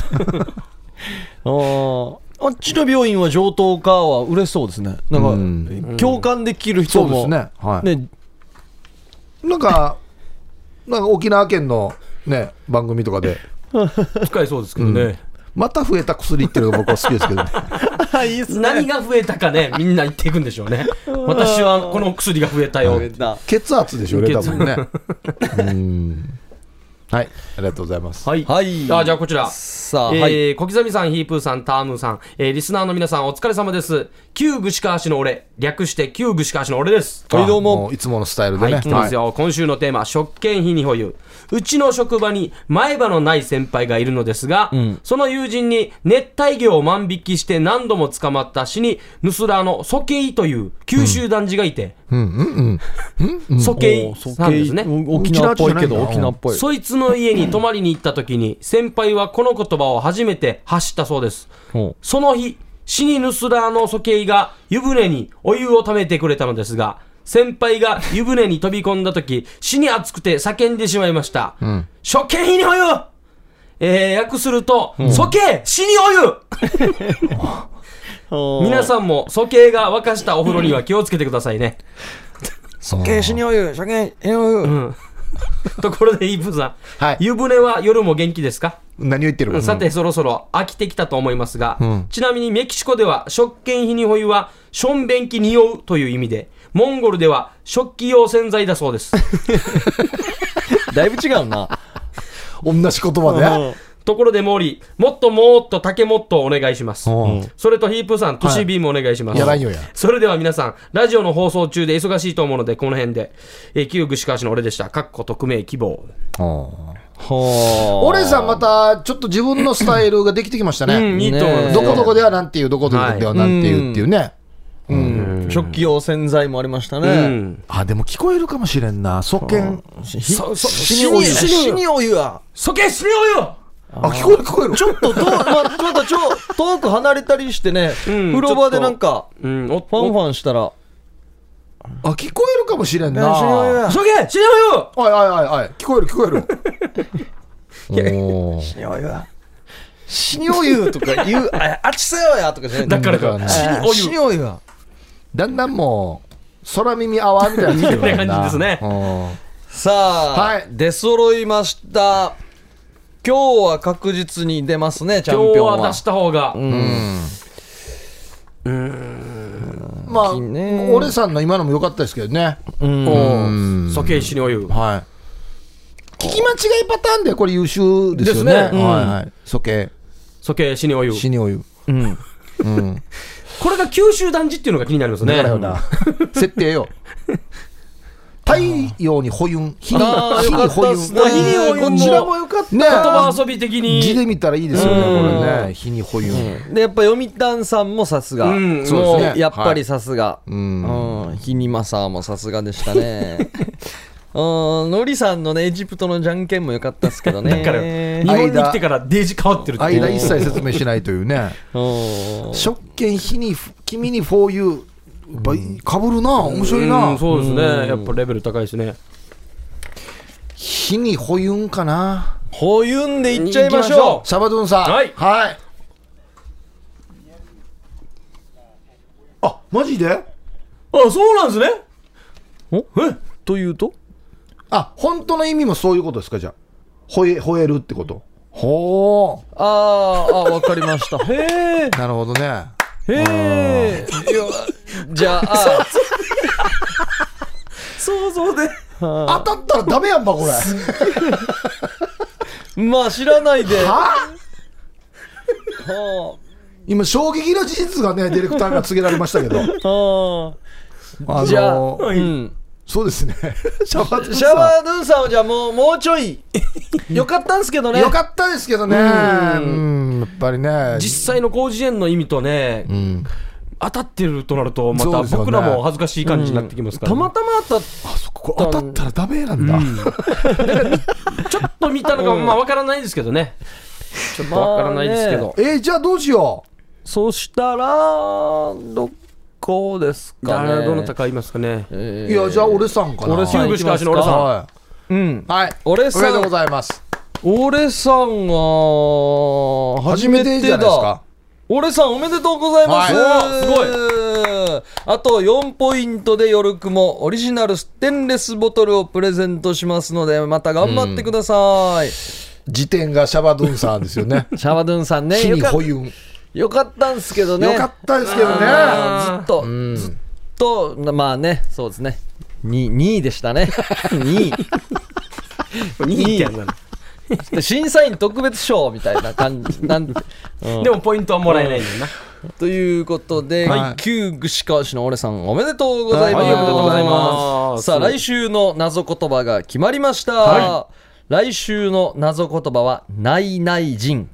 A: ああっちの病院は上等かは売れそうですねな
C: うん
A: か
C: ん
A: 共感できる人
C: そうで
A: も
C: すね。はい。
A: ね
C: なんか、なんか沖縄県のね、番組とかで、
B: 深いそうですけどね。
C: また増えた薬っていうのが僕は好きですけどね。
A: いいっす
B: 何が増えたかね、みんな言っていくんでしょうね。私はこの薬が増えたよ。
C: 血圧でしょうね、
B: 血
C: 多
B: 圧
C: 分ね。うんはい、ありがとうございます。
B: はい。
A: はい
B: あ、じゃあこちら。
A: さあ、
B: えー
A: はい
B: 小刻みさん、ヒープーさん、タームーさん、えーリスナーの皆さん、お疲れ様です。旧具志川市の俺、略して旧具志川市の俺です。
A: はいどうも
C: あいつものスタイルで
B: はい、
C: ね。
B: 来てますよ、今週のテーマ、食券費に保有。うちの職場に前歯のない先輩がいるのですが、
A: ん
B: その友人に熱帯魚を万引きして何度も捕まった死に、ヌスラーのソケイという九州男児がいて、
C: はいうんうんう ん。
B: ソケ
A: お
B: イ
A: ー
B: さんですね。
A: お沖縄っぽいけど
C: 沖縄じゃないんだ
A: 沖縄っぽい
B: そいつの家に泊まりに行った時に、先輩はこの言葉を初めて発したそうです。
A: ほ
B: その日、死にヌスラーのケイが湯船にお湯をためてくれたのですが、先輩が湯船に飛び込んだ時、死に熱くて叫んでしまいました。処刑費にお湯えー、訳すると、処刑死にお湯
A: う
B: 皆さんも処刑が沸かしたお風呂には気をつけてくださいね。
C: そう
A: にお湯、酒にお湯。
B: ところで、イープさん、
C: はい
B: 湯船は夜も元気ですか
C: 何を言ってるか。
B: さて、そろそろ飽きてきたと思いますが、
C: ん
B: ちなみにメキシコでは食券費に保有はションベンキ匂うという意味で、モンゴルでは食器用洗剤だそうです。
A: だいぶ違うな。
C: うん同じ言葉
B: ところで、モーリー、もっともっと竹もっとお願いします
C: で。。うん
B: それとヒープーさん、トシビームお願いします。
C: やらんよや。
B: それでは皆さん、ラジオの放送中で忙しいと思うので、この辺で、えー、旧具志川市の俺でした。かっこ匿名希望。
C: うん
A: ほ
C: 俺さんまたちょっと自分のスタイルができてきました
B: うん、
C: ね。
B: いいと思います。
C: どこどこではなんていう、どこどこではなんていうっていうね。
A: うん。食器用洗剤もありました
B: う
A: ね。
B: ん。
C: あ、でも聞こえるかもしれんな。素見。
A: し
B: そそ
A: 死にお湯。死にお湯は。
B: 処刑しようよ
C: あ、聞こえる聞こえる。
A: ちょっと遠、まあ、ちょっとちょ、遠く離れたりしてね、
B: ん
A: 風呂場でなんか、
B: うん、お
A: ファンファンしたら、
C: あ、聞こえるかもしれんな。
A: 死にお湯
C: はい
A: や。
B: 処刑しようよ
C: はいはいはい。聞こえる聞こえ る。おー
A: 死にお湯は。死にお湯とか言う、ああっちせよやとかじゃない
B: だからか
C: だからね
B: 死にお湯
A: 死にお湯は。
C: だんだんもう、空耳アワーみたいになって くるもん
B: みたいな感じですね
C: ね。
A: さあ、
C: はい
A: 出揃いました。今日は確実に出ますね、チャ
B: 今
A: ン
B: 日
A: ピオンは。
B: は出した方が、
C: うんまあ、
A: いいね
C: 俺さんの今のも良かったですけどね。
B: うん、処刑しにお湯。
C: はい。聞き間違いパターンでこれ優秀ですよね。
B: ですねうん
C: はいはい。素形、
B: 処刑しにお湯。
C: 死にお湯。
A: うん。
B: これが九州男児っていうのが気になりますね。
C: だからよな。 設定よ。太陽に保有、火に、
A: あー
C: 火
A: よかった
C: に保
A: っ
C: 有。
A: すね。
B: 火に保有
A: こちらもよかっ
C: ね
B: 言葉遊び的
C: 字
B: に。
C: で見たらいいですよね、
A: うん
C: これね。火に保有。
A: た。で、やっぱ読谷さんもさすが。
B: うん、
C: そうです
B: もう、
C: ね
A: やっぱりさすが。
C: ん
A: うん。ひにまさもさすがでした ね。うん、のりさんのね、エジプトのじゃんけんもよかったっすけ どね。
B: だから
A: う
B: 日本に来てからデージ変わってるっていう
C: 間一切説明しないというね。
A: ん。
C: 食券火に、君に 4U。やっぱりかぶるな、面白い
B: うん
C: な。
B: そうですね。やっぱレベル高いですね。
C: 火に保有かな。
A: ほいうんでいっちゃいましょ
C: シャバドゥンさん。
B: はい
C: はい。あ、マジで
B: あ、そうなんですね。
A: お
B: え
A: うというと
C: あ、本当の意味もそういうことですか、じゃあ。ほえ、吠えるってこと。ほ
A: あーあわかりました へえ
C: う。なるほどね。
A: へえじゃあ
B: 想像で。
C: 当たったらダメやんば、これ。は
A: まあ知らないでは
C: あ今、衝撃の事実がね、ディレクターが告げられました けど。
A: あは
C: あ
A: あじゃあ、
C: のー、
A: うん、
C: そうですね。 シャバドゥン
A: シャ
C: さ
A: ワードゥンさんはじゃあもうもうちょ いよかったんすけど
C: ん。
A: ね
C: よかったですけどね。うん、やっぱりね。
B: 実際の広辞苑の意味とね、
C: うん。
B: 当たってるとなると、ま
C: そう
B: た
C: ですよね
B: 僕らも恥ずかしい感じになってきますから
A: た
B: ね、
A: またまあった
C: あ、そこ、これ当たったらダメなんだ。
B: ちょっと見たのが、まあ、わからないですけどね。ちょっとわからないですけ
A: ま
B: ど。
C: えー、じゃあどうしよう。
A: そしたらどこですかね
B: 誰どなたかいますかね。
C: いや、じゃあ俺さんかな。
A: 俺さん
B: キューブしか足の俺さん
C: は
A: うん
C: い。はい。
A: 俺
C: おめ
A: さ
C: でとうご
A: ん
C: ざいます。
A: 俺さんは初
C: 初
A: め
C: め
A: てだ
C: てじゃないですか。
A: 俺さんおめでとうございます、
B: はい
A: すごいあと4ポイントで夜雲オリジナルステンレスボトルをプレゼントしますのでまた頑張ってください、シ。
C: 時点がシャバドゥンさんですよね
A: ャワドゥンさんね
C: 死
A: よ
C: に
A: か
C: 保有。
A: よかったんすけどね
C: よかったですけどね。
A: ずっと、ずっと、まあね、そうですね。2, 2位でしたね。2
B: いい点なの
A: 位。審査員特別賞みたいな感 じなんて、うん
B: でもポイントはもらえないんだよな。
A: ということで、
C: はい
A: 旧串川市の俺さんおめでとうございます。
C: はいおめでとうござい
B: ます
A: さあ、来週の謎言葉が決まりました。来週の謎言葉は、ないない人。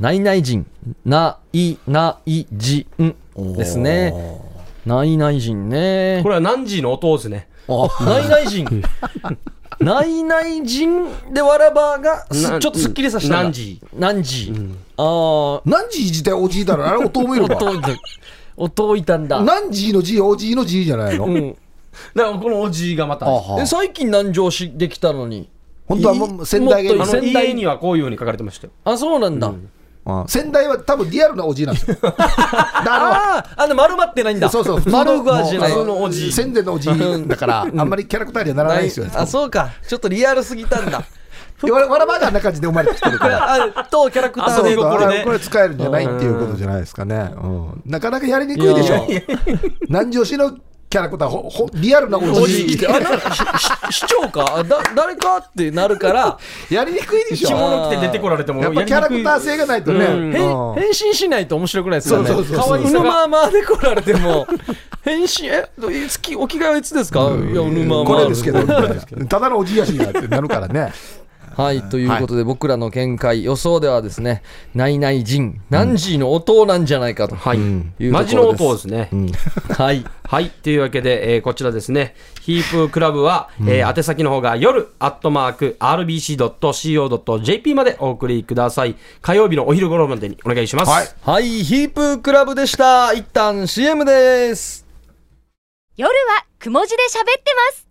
A: ないない人。ないない人ですね。ないない人ね
B: こ。れは何時の音ですね。
A: ないない人。ないない人でわらばがす、ちょ
B: な
A: っとすっきりさせたんだ
B: 何時
A: 何時。あ
C: 何時自体おじいだろ。あれ、音を見
A: あ、
C: れば。
A: 音いた、音いたんだ。
C: 何時のじ、おじいのじいじゃないの。
A: うん。
B: だからこのおじいがまた、
C: あ
B: あ
C: は
A: え最近南城市できたのに
C: 本当はもう仙台がいい
A: もっと
B: の
A: 仙台
B: 家にはこういうふうに書かれてましたよ。
A: あそうなんだ、
C: あ仙台は多分リアルなおじいなんで すよ。だか
A: あああの丸まってないんだ
C: ら、そうそう、普通の
A: 丸がじゃない
C: も
B: 普
C: う
B: 通のおじい
C: 仙台のおじいだから、あんまりキャラクターにはならないですよね。
A: あそうかちょっとリアルすぎたんだ
C: でわらわらばがあんな感じで生まれてきてるから。
A: あとキャラクター
B: 遊
A: で
B: び
A: 動
B: 心
A: く
B: ね
C: あれこれ使えるんじゃないっていうことじゃないですかね、うんなかなかやりにくいでし
A: いや
C: ょ南城市のキャラクターほほリアルなお
A: お
C: じ
A: じ
C: い
A: い来てあなんかしし市長かあだ誰かってなるから
C: やりにくいでし
B: 着
C: ょ
B: 物着て出てこられても
C: やっぱキャラクター性がないとね、
B: うん
A: へん
C: うん
A: 変身しないと面白くないですよね
C: そうそうそうそう
A: 可愛さがうぬまーまーで来られても変身えどいつきお着替えはいつですか、いやうぬまーまー
C: これですけどみ たいなただのおじいやしやってなるからね
A: はい、ということで、僕らの見解、予想ではですね、ないない人、ナンジーの音なんじゃないかと
B: はい。
A: いう
B: マ
A: と
B: ジ
A: ころ
B: の
A: です。
B: 音ですね。
A: はい。
B: はい。というわけで、えーこちらですね。ヒープークラブは、えー宛先の方が夜、アットマーク、rbc.co.jp までお送りください。火曜日のお昼頃までにお願いします。
C: はい
A: はい、ヒープークラブでした。一旦 CM です。
D: 夜はくも字で喋ってます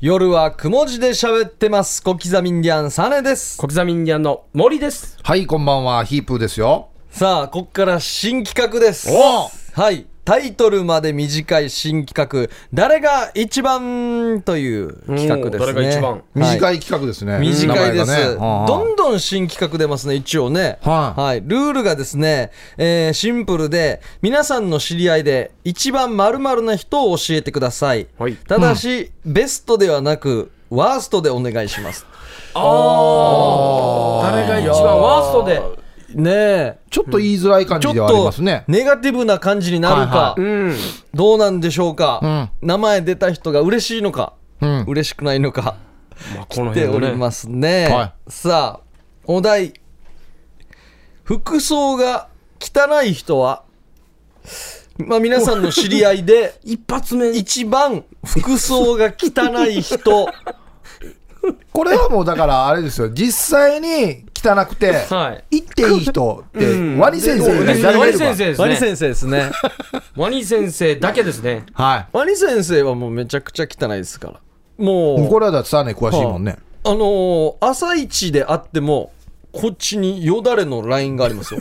A: 夜はくも字で喋ってます。小刻みインディアンサネです。
B: 小刻みインディアンの森です。
C: はいこんばんはヒープーですよ
A: さあ、こっから新企画です。
C: おう
A: はい。タイトルまで短い新企画、誰が一番という企画ですね。
B: おー誰が一番
A: はい
C: 短い企画ですね、
A: 短いです、
C: 名前がねうんうん
A: どんどん新企画出ますね一応ね
C: はい
A: ルールがですね、えーシンプルで皆さんの知り合いで一番〇〇な人を教えてください、
B: はい
A: ただし、ベストではなくワーストでお願いします
B: ああ誰が一番ワーストで。
A: ねえ
C: ちょっと言いづらい感
A: ちょ
C: じ
A: っ
C: ではあり
A: と
C: ますね
A: ネガティブな感じになるか、
C: は
B: うん。
A: どうなんでしょうか、名前出た人が嬉しいのか、
C: うん
A: 嬉しくないのか
B: まあ、この
A: 来てお
B: 辺
A: り
B: ね。
A: ますね、
C: は
A: さあお題服装が汚い人はまあ皆さんの知り合いで
B: 一発目に。
A: 一番服装が汚い人
C: これはもうだからあれですよ実際に汚くて、
B: はい。
C: 行っていい人って、ワニ先生
B: ワ
C: が
B: ニ
C: 誰がいるか
B: 先生です
A: ワニ
B: ね。
A: 先生ですね
B: ワニ先生だけですね。
C: は
A: ワニ先生はもうめちゃくちゃ汚いですからも
C: い。
A: う
C: これはだってサーネ詳しいもんね。
A: あのー朝一であってもこっちによだれのラインがありますよ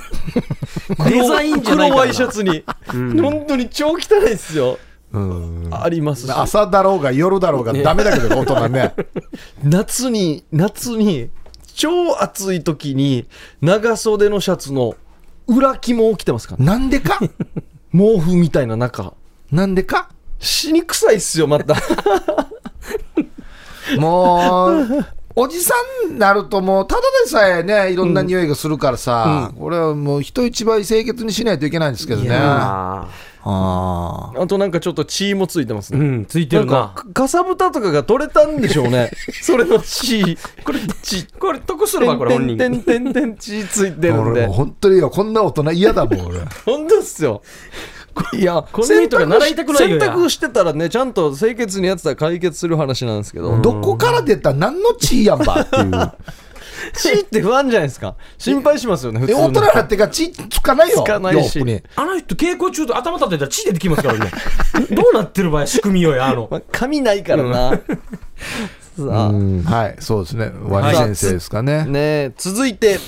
B: デザインじゃな
A: 黒
B: いからな
A: ワイシャツに、本当に超汚いですよ
C: うん
A: ありますし
C: 朝だろうが夜だろうがダメだけどね大 人ね
A: 夏に夏に超暑い時に長袖のシャツの裏肝を着てますからね
C: なんでか
A: 毛布みたいな中
C: なんでか
A: 死に臭いっすよまた
C: もう、おじさんになると、もう、ただでさえね、いろんな匂いがするからさ、これはもう、人一倍清潔にしないといけないんですけどね。あ
B: あ
C: あ。
A: あとなんかちょっと血もついてます
B: ーう
A: ね、
B: ん、ついてる
A: なん
B: な。
A: かかさぶたとかが取れたんでしょうねそれの血これ血
B: これ得す
A: て
B: るわ、
A: ん
B: これ
A: て
B: 本
A: ん
B: 人。
A: てんてんてん血ついてるん
C: 俺
A: で
C: もう本当によ、こんな大人嫌だもん、俺。
A: 本当っすよいや
B: この人が習いたくないよ
A: 洗
B: や
A: 濯してたらねちゃんと清潔にやってたら解決する話なんですけど、
C: どこから出た何の血やん ばっていう。
A: チーって不安じゃないですか心配しますよね普
C: で
A: 通
C: 大人
A: の
C: になってから血つかないよ。
A: つかないし
C: 洋服に
B: あの人、稽古中と頭立てたら血出てきますか らね。どうなってる場合、仕組みよや、あの
A: ま。あ髪ないからな、さあ、
C: うんはい、そうですね。ワニ先生ですかね。
A: ねえ続いて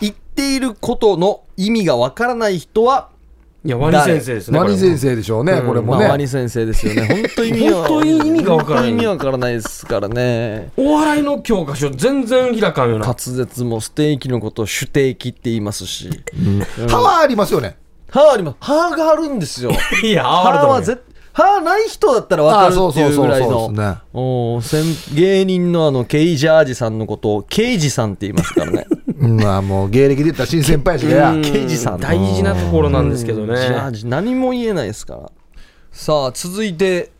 A: 言っていることの意味がわからない人はい
B: や、ワニ先生ですね。
C: ワニ先
B: 生。
C: 生でしょうね、これ
A: ま
C: も
A: あ、ワニ
C: ね。
A: 先生ですよね本当意味は
B: 本当に意味がわからな
A: 本当
B: い
A: に意味わからないですからね
B: お笑いの教科書、全然開かんよな
A: 滑。舌もステーキのことを主定期って言いますし
C: 歯はありますよね。
A: 歯あります歯があるん ですよ
B: いや、あ
A: 歯は
B: わると
A: 絶歯ない人だったらわかるっていうぐらい
C: あそうそうそうそうです
A: の
C: ね
A: おー先芸人のあのケイジャージさんのことをケイジさんって言いますから ね
C: うんまあもう、芸歴で言ったら新先輩やしね。
B: うん
A: 刑事さん
B: 大事なところなんですけどね。
A: ジャージ何も言えないですからさあ続いて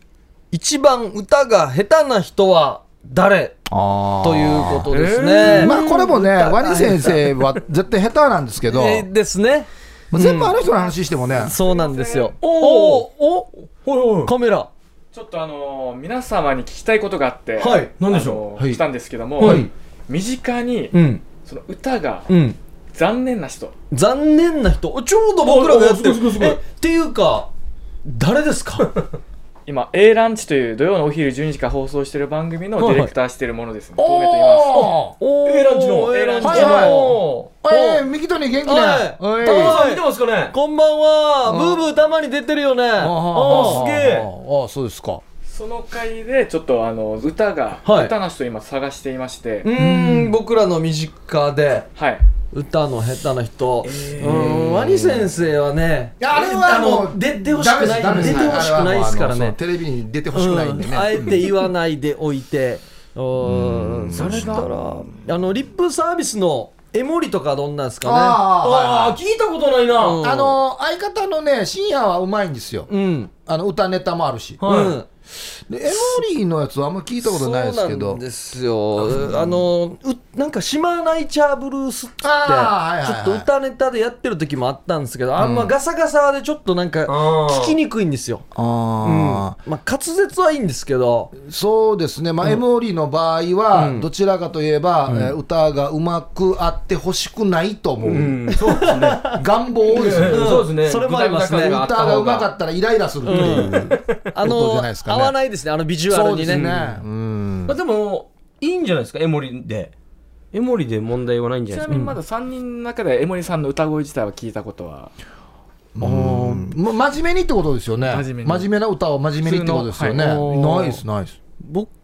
A: 一番歌が下手な人は誰
C: あー
A: ということですね、
B: え
C: まあこれもね、
A: うん
C: ワニ先生は絶対下手なんですけど、
A: えーですね
C: 全部あの人の話してもね、
A: そうなんですよ
B: お
A: おお
B: おいおい
A: カメラ
E: ちょっとあのー皆様に聞きたいことがあって、
A: はい
B: 何でしょ
E: う、来たんですけども、
A: はい
E: 身近に、
A: うん
E: その歌が
A: うん
E: 残念な人、
A: 残念な人おちょうど僕らがやってる
B: おおすごいすごい
A: え
B: す
A: っ
B: ごい
A: ていうか誰ですか
E: 今 A ランチという土曜のお昼12時から放送している番組のディレクターしているものですね、
B: う。
E: 東名と言います
A: おー
B: A ランチの
A: A ランチの、
C: はいはい
B: お
C: おい、ミキトに元気ね
A: お
C: お
A: い
C: い
B: ー
A: お
B: さん見てますかね
A: こんばんは
C: うん
A: ブーブーたまに出てるよね
B: あーすげえ
C: あそうですか。
E: その回でちょっとあの歌が、
A: はい
E: 歌な人を今探していまして、
A: うーん僕らの身近で
E: はい
A: 歌の下手な人、うーんワニ先生はね
C: いや、あれはも
A: あ
C: う、
A: の出てほしくない
C: ダメです
A: 出てほしくないですからね
C: テレビに出てほしくないんで
A: うんあえ
C: ね。
A: て言わないでおいて うーんそしたらあのリップサービスの江森とかどんなんですか
C: あーはい
B: ああ、聞いたことない
A: うん
B: な。
C: あの相方のね、深夜はうまいんですよ。
A: ねうん
C: あの歌ネタもあるし。
B: はい
A: うん
C: でエモリーのやつはあんま聞いたことないです
A: そう
C: け
A: な
C: ど
A: ん。ですよあのうなんか「島ナイチャーブルース」っつってちょ
C: あーはいはいは
A: っ
C: い
A: と歌ネタでやってる時もあったんですけどあんまガサガサでちょっとなんか聞きにくいんですよ
C: あ
A: まあ、滑舌はいいんですけ ど、
C: ーそうですね、まあ、エモリーの場合は、どちらかといえば、えー歌がうまくあってほしくないと思う、
B: うん、そうですね。
C: 願望多いですよね
B: うんそうですね。
A: それもありますね
B: グダグ
C: 歌
B: ダ感が
C: が
B: あ
C: う
B: った
C: ま
B: 方が
C: かったらイライラするっていう、
A: あ
C: そうじ
A: の、
C: ゃないですか
A: 合
C: ね
A: わないですね、あのビジュア
C: そ
A: ル
C: うで
A: に
C: す
A: ね。
C: ね、うん
B: まあでも、いいんじゃないですか、エモリで。エモリで問題はないんじゃ
E: ち
B: ないで
E: な
B: す
E: み
B: か。
E: にまだ3人の中で江森さんの歌声自体は聞いたことは、
C: ま真面目にってことですよね
E: 真面目に
C: 真面目な歌を真面目にってことですよね、
E: 普通
A: のはい
C: ナイスナイス
A: 僕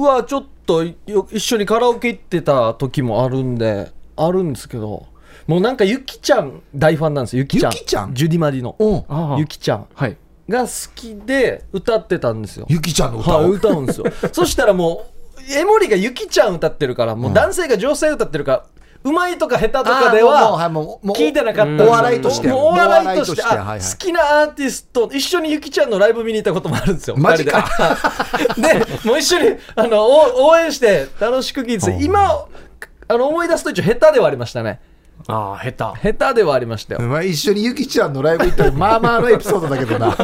A: はちょっとよ一緒にカラオケ行ってた時もあるんで、あるんですけど、もうなんかゆきちゃん大ファンなんですよ、ゆきちゃん。
C: ゆきちゃん
A: ジュディマリの。
C: うん
E: あ
A: ゆきちゃん
E: はい
A: が好きで歌ってたんですよ。
C: ゆきちゃんの歌を、
A: はい、歌うん ですよ。そしたらもう、江森がゆきちゃん歌ってるから、もう男性が女性歌ってるから、うまいとか下手とかで
C: あーもうもう
A: は
C: はい、もうもう
A: 聞いてなかったんですよ
C: お笑いとして
A: もうお笑いとして
C: お笑いとして
A: あ
C: はいはい
A: 好きなアーティスト一緒にゆきちゃんのライブ見に行ったこともあるんですよ
C: マジか
A: 二人で でもう一緒にあのお応援して楽しく聞いてて今あの思い出すと一応下手ではありましたね
B: ああ、下手。
A: 下手ではありましたよ
C: まあ、一緒にゆきちゃんのライブ行ったらまあまあのエピソードだけどな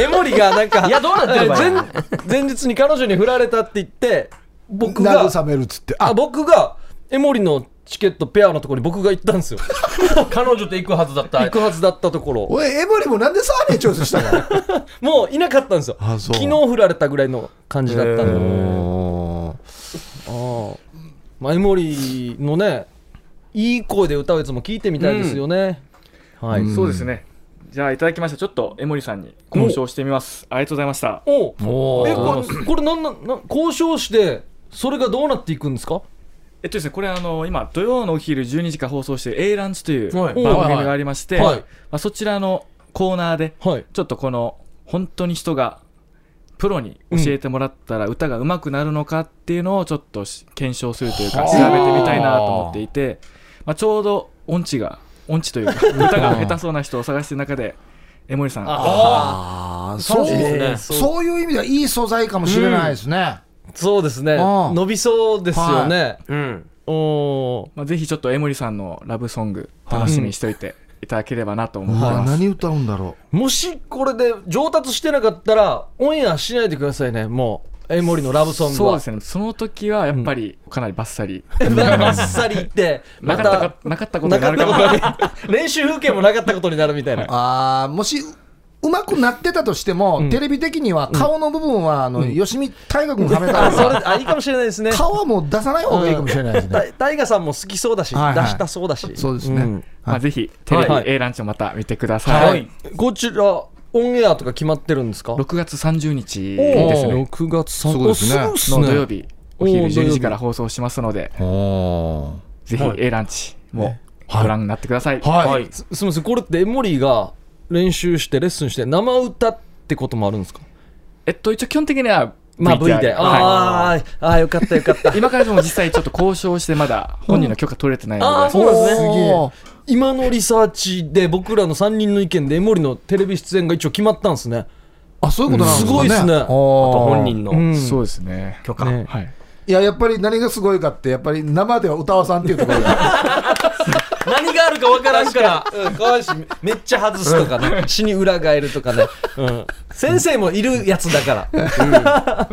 A: 江森がなんか
B: いやどうなってればいいの
A: 前前日に彼女に振られたって言って 僕が
C: 慰めるっつって
A: あ
C: あ
A: 僕が江森のチケットペアのところに僕が行ったん ですよ
B: 彼女と行くはずだった。
A: 行くはずだったところ
C: おいエモリもなんでサーネーチョイスしたの
A: もういなかったんですよ
C: あそう
A: 昨日振られたぐらいの感じだったんで、
B: へー
A: ああまあ、エモリーのねいい声で歌うやつも聞いてみたいですよね、はい、
C: うん
E: そうですね。じゃあいただきました。ちょっと江森さんに交渉してみます。ありがとうございました。
A: おう
B: お
A: え
B: ー
A: これこれなんなんなん交渉してそれがどうなっていくんですか
E: えっとですね、これあの今土曜のお昼12時から放送している A ランチという
B: は
E: 番
B: い
E: 組がありまして、
A: はいはい
E: まあそちらのコーナーで
A: はい
E: ちょっとこの本当に人がプロに教えてもらったら歌が上手くなるのかっていうのをちょっとし検証するというか
B: は
E: 調
B: あ
E: べてみたいなと思っていて、まあ、ちょうど音痴が音痴 というか歌が下手そうな人を探してる中で江森さん
A: ああ
C: ああ、そう
A: 楽しみですね
C: えーそういう意味ではいい素材かもしれないですね。
A: そうですね
C: ああ
A: 伸びそうですよね、
B: うん。
A: おお
E: まあ、ぜひちょっと江森さんのラブソング楽しみにしておいていただければなと思って
C: うわ
E: ます、
C: 何歌うんだろ。
A: もしこれで上達してなかったらオンエアしないでくださいねもうエモリのラブソング
E: そう
A: は
E: ですねその時はやっぱりかなりバッサリ、
A: バッサリいってま
E: なかっ
A: た
E: たかなかったこと
A: な
E: にな
A: かった
E: るか
A: こ
E: も
A: とに 練習風景もなかったことになるみたいうな
C: ああ、もし。うまくなってたとしても、テレビ的には顔の部分は、あの、吉見大河君はめた
A: あ そ
C: ら、
A: れあいいかもしれないですね
C: 顔はもう出さない方がいいかもしれないですね。
A: た大河さんも好きそうだし、
C: はいはい
A: 出したそうだし
C: そうですね
A: ん
E: まあ、ぜひテレビ
A: はい
E: A ランチをまた見てください、
A: はい、こちらオンエアとか決まってるんですか
E: 6月30日ですね
A: 6月
C: そうですね
A: 3
E: の土曜日お昼
A: おー土曜
E: 12
A: 日
E: 時から放送しますので
C: お
E: ぜひ A ランチもご覧になってください、
C: はい。
B: はい。
A: すすみませんこれってエモリーが練習してレッスンして生歌ってこともあるんですか
E: えっと一応基本的には VTR,
A: まあ V で、あ
E: は
A: あーあーよかったよかった
E: い、今からでも実際ちょっと交渉してまだ本人の許可取れてないので、
A: ああそうなんですね
C: すげえ
A: 今のリサーチで僕らの3人の意見でエモリのテレビ出演が一応決まったんですね
C: あ、そういうことなんですか
A: す
C: ね。
A: ごいですね
C: あ
A: あと
B: 本
C: 本
B: 人の
A: うん
E: そうですね
B: 許可。
A: ね
E: はい
C: いや、やっぱり何がすごいかって、やっぱり生では歌わさんっていうところ が。
B: 何があるかわからんから。
A: うん、かわいいしめ っちゃ外すとかね死に裏返るとかね、うん、先生もいるやつだから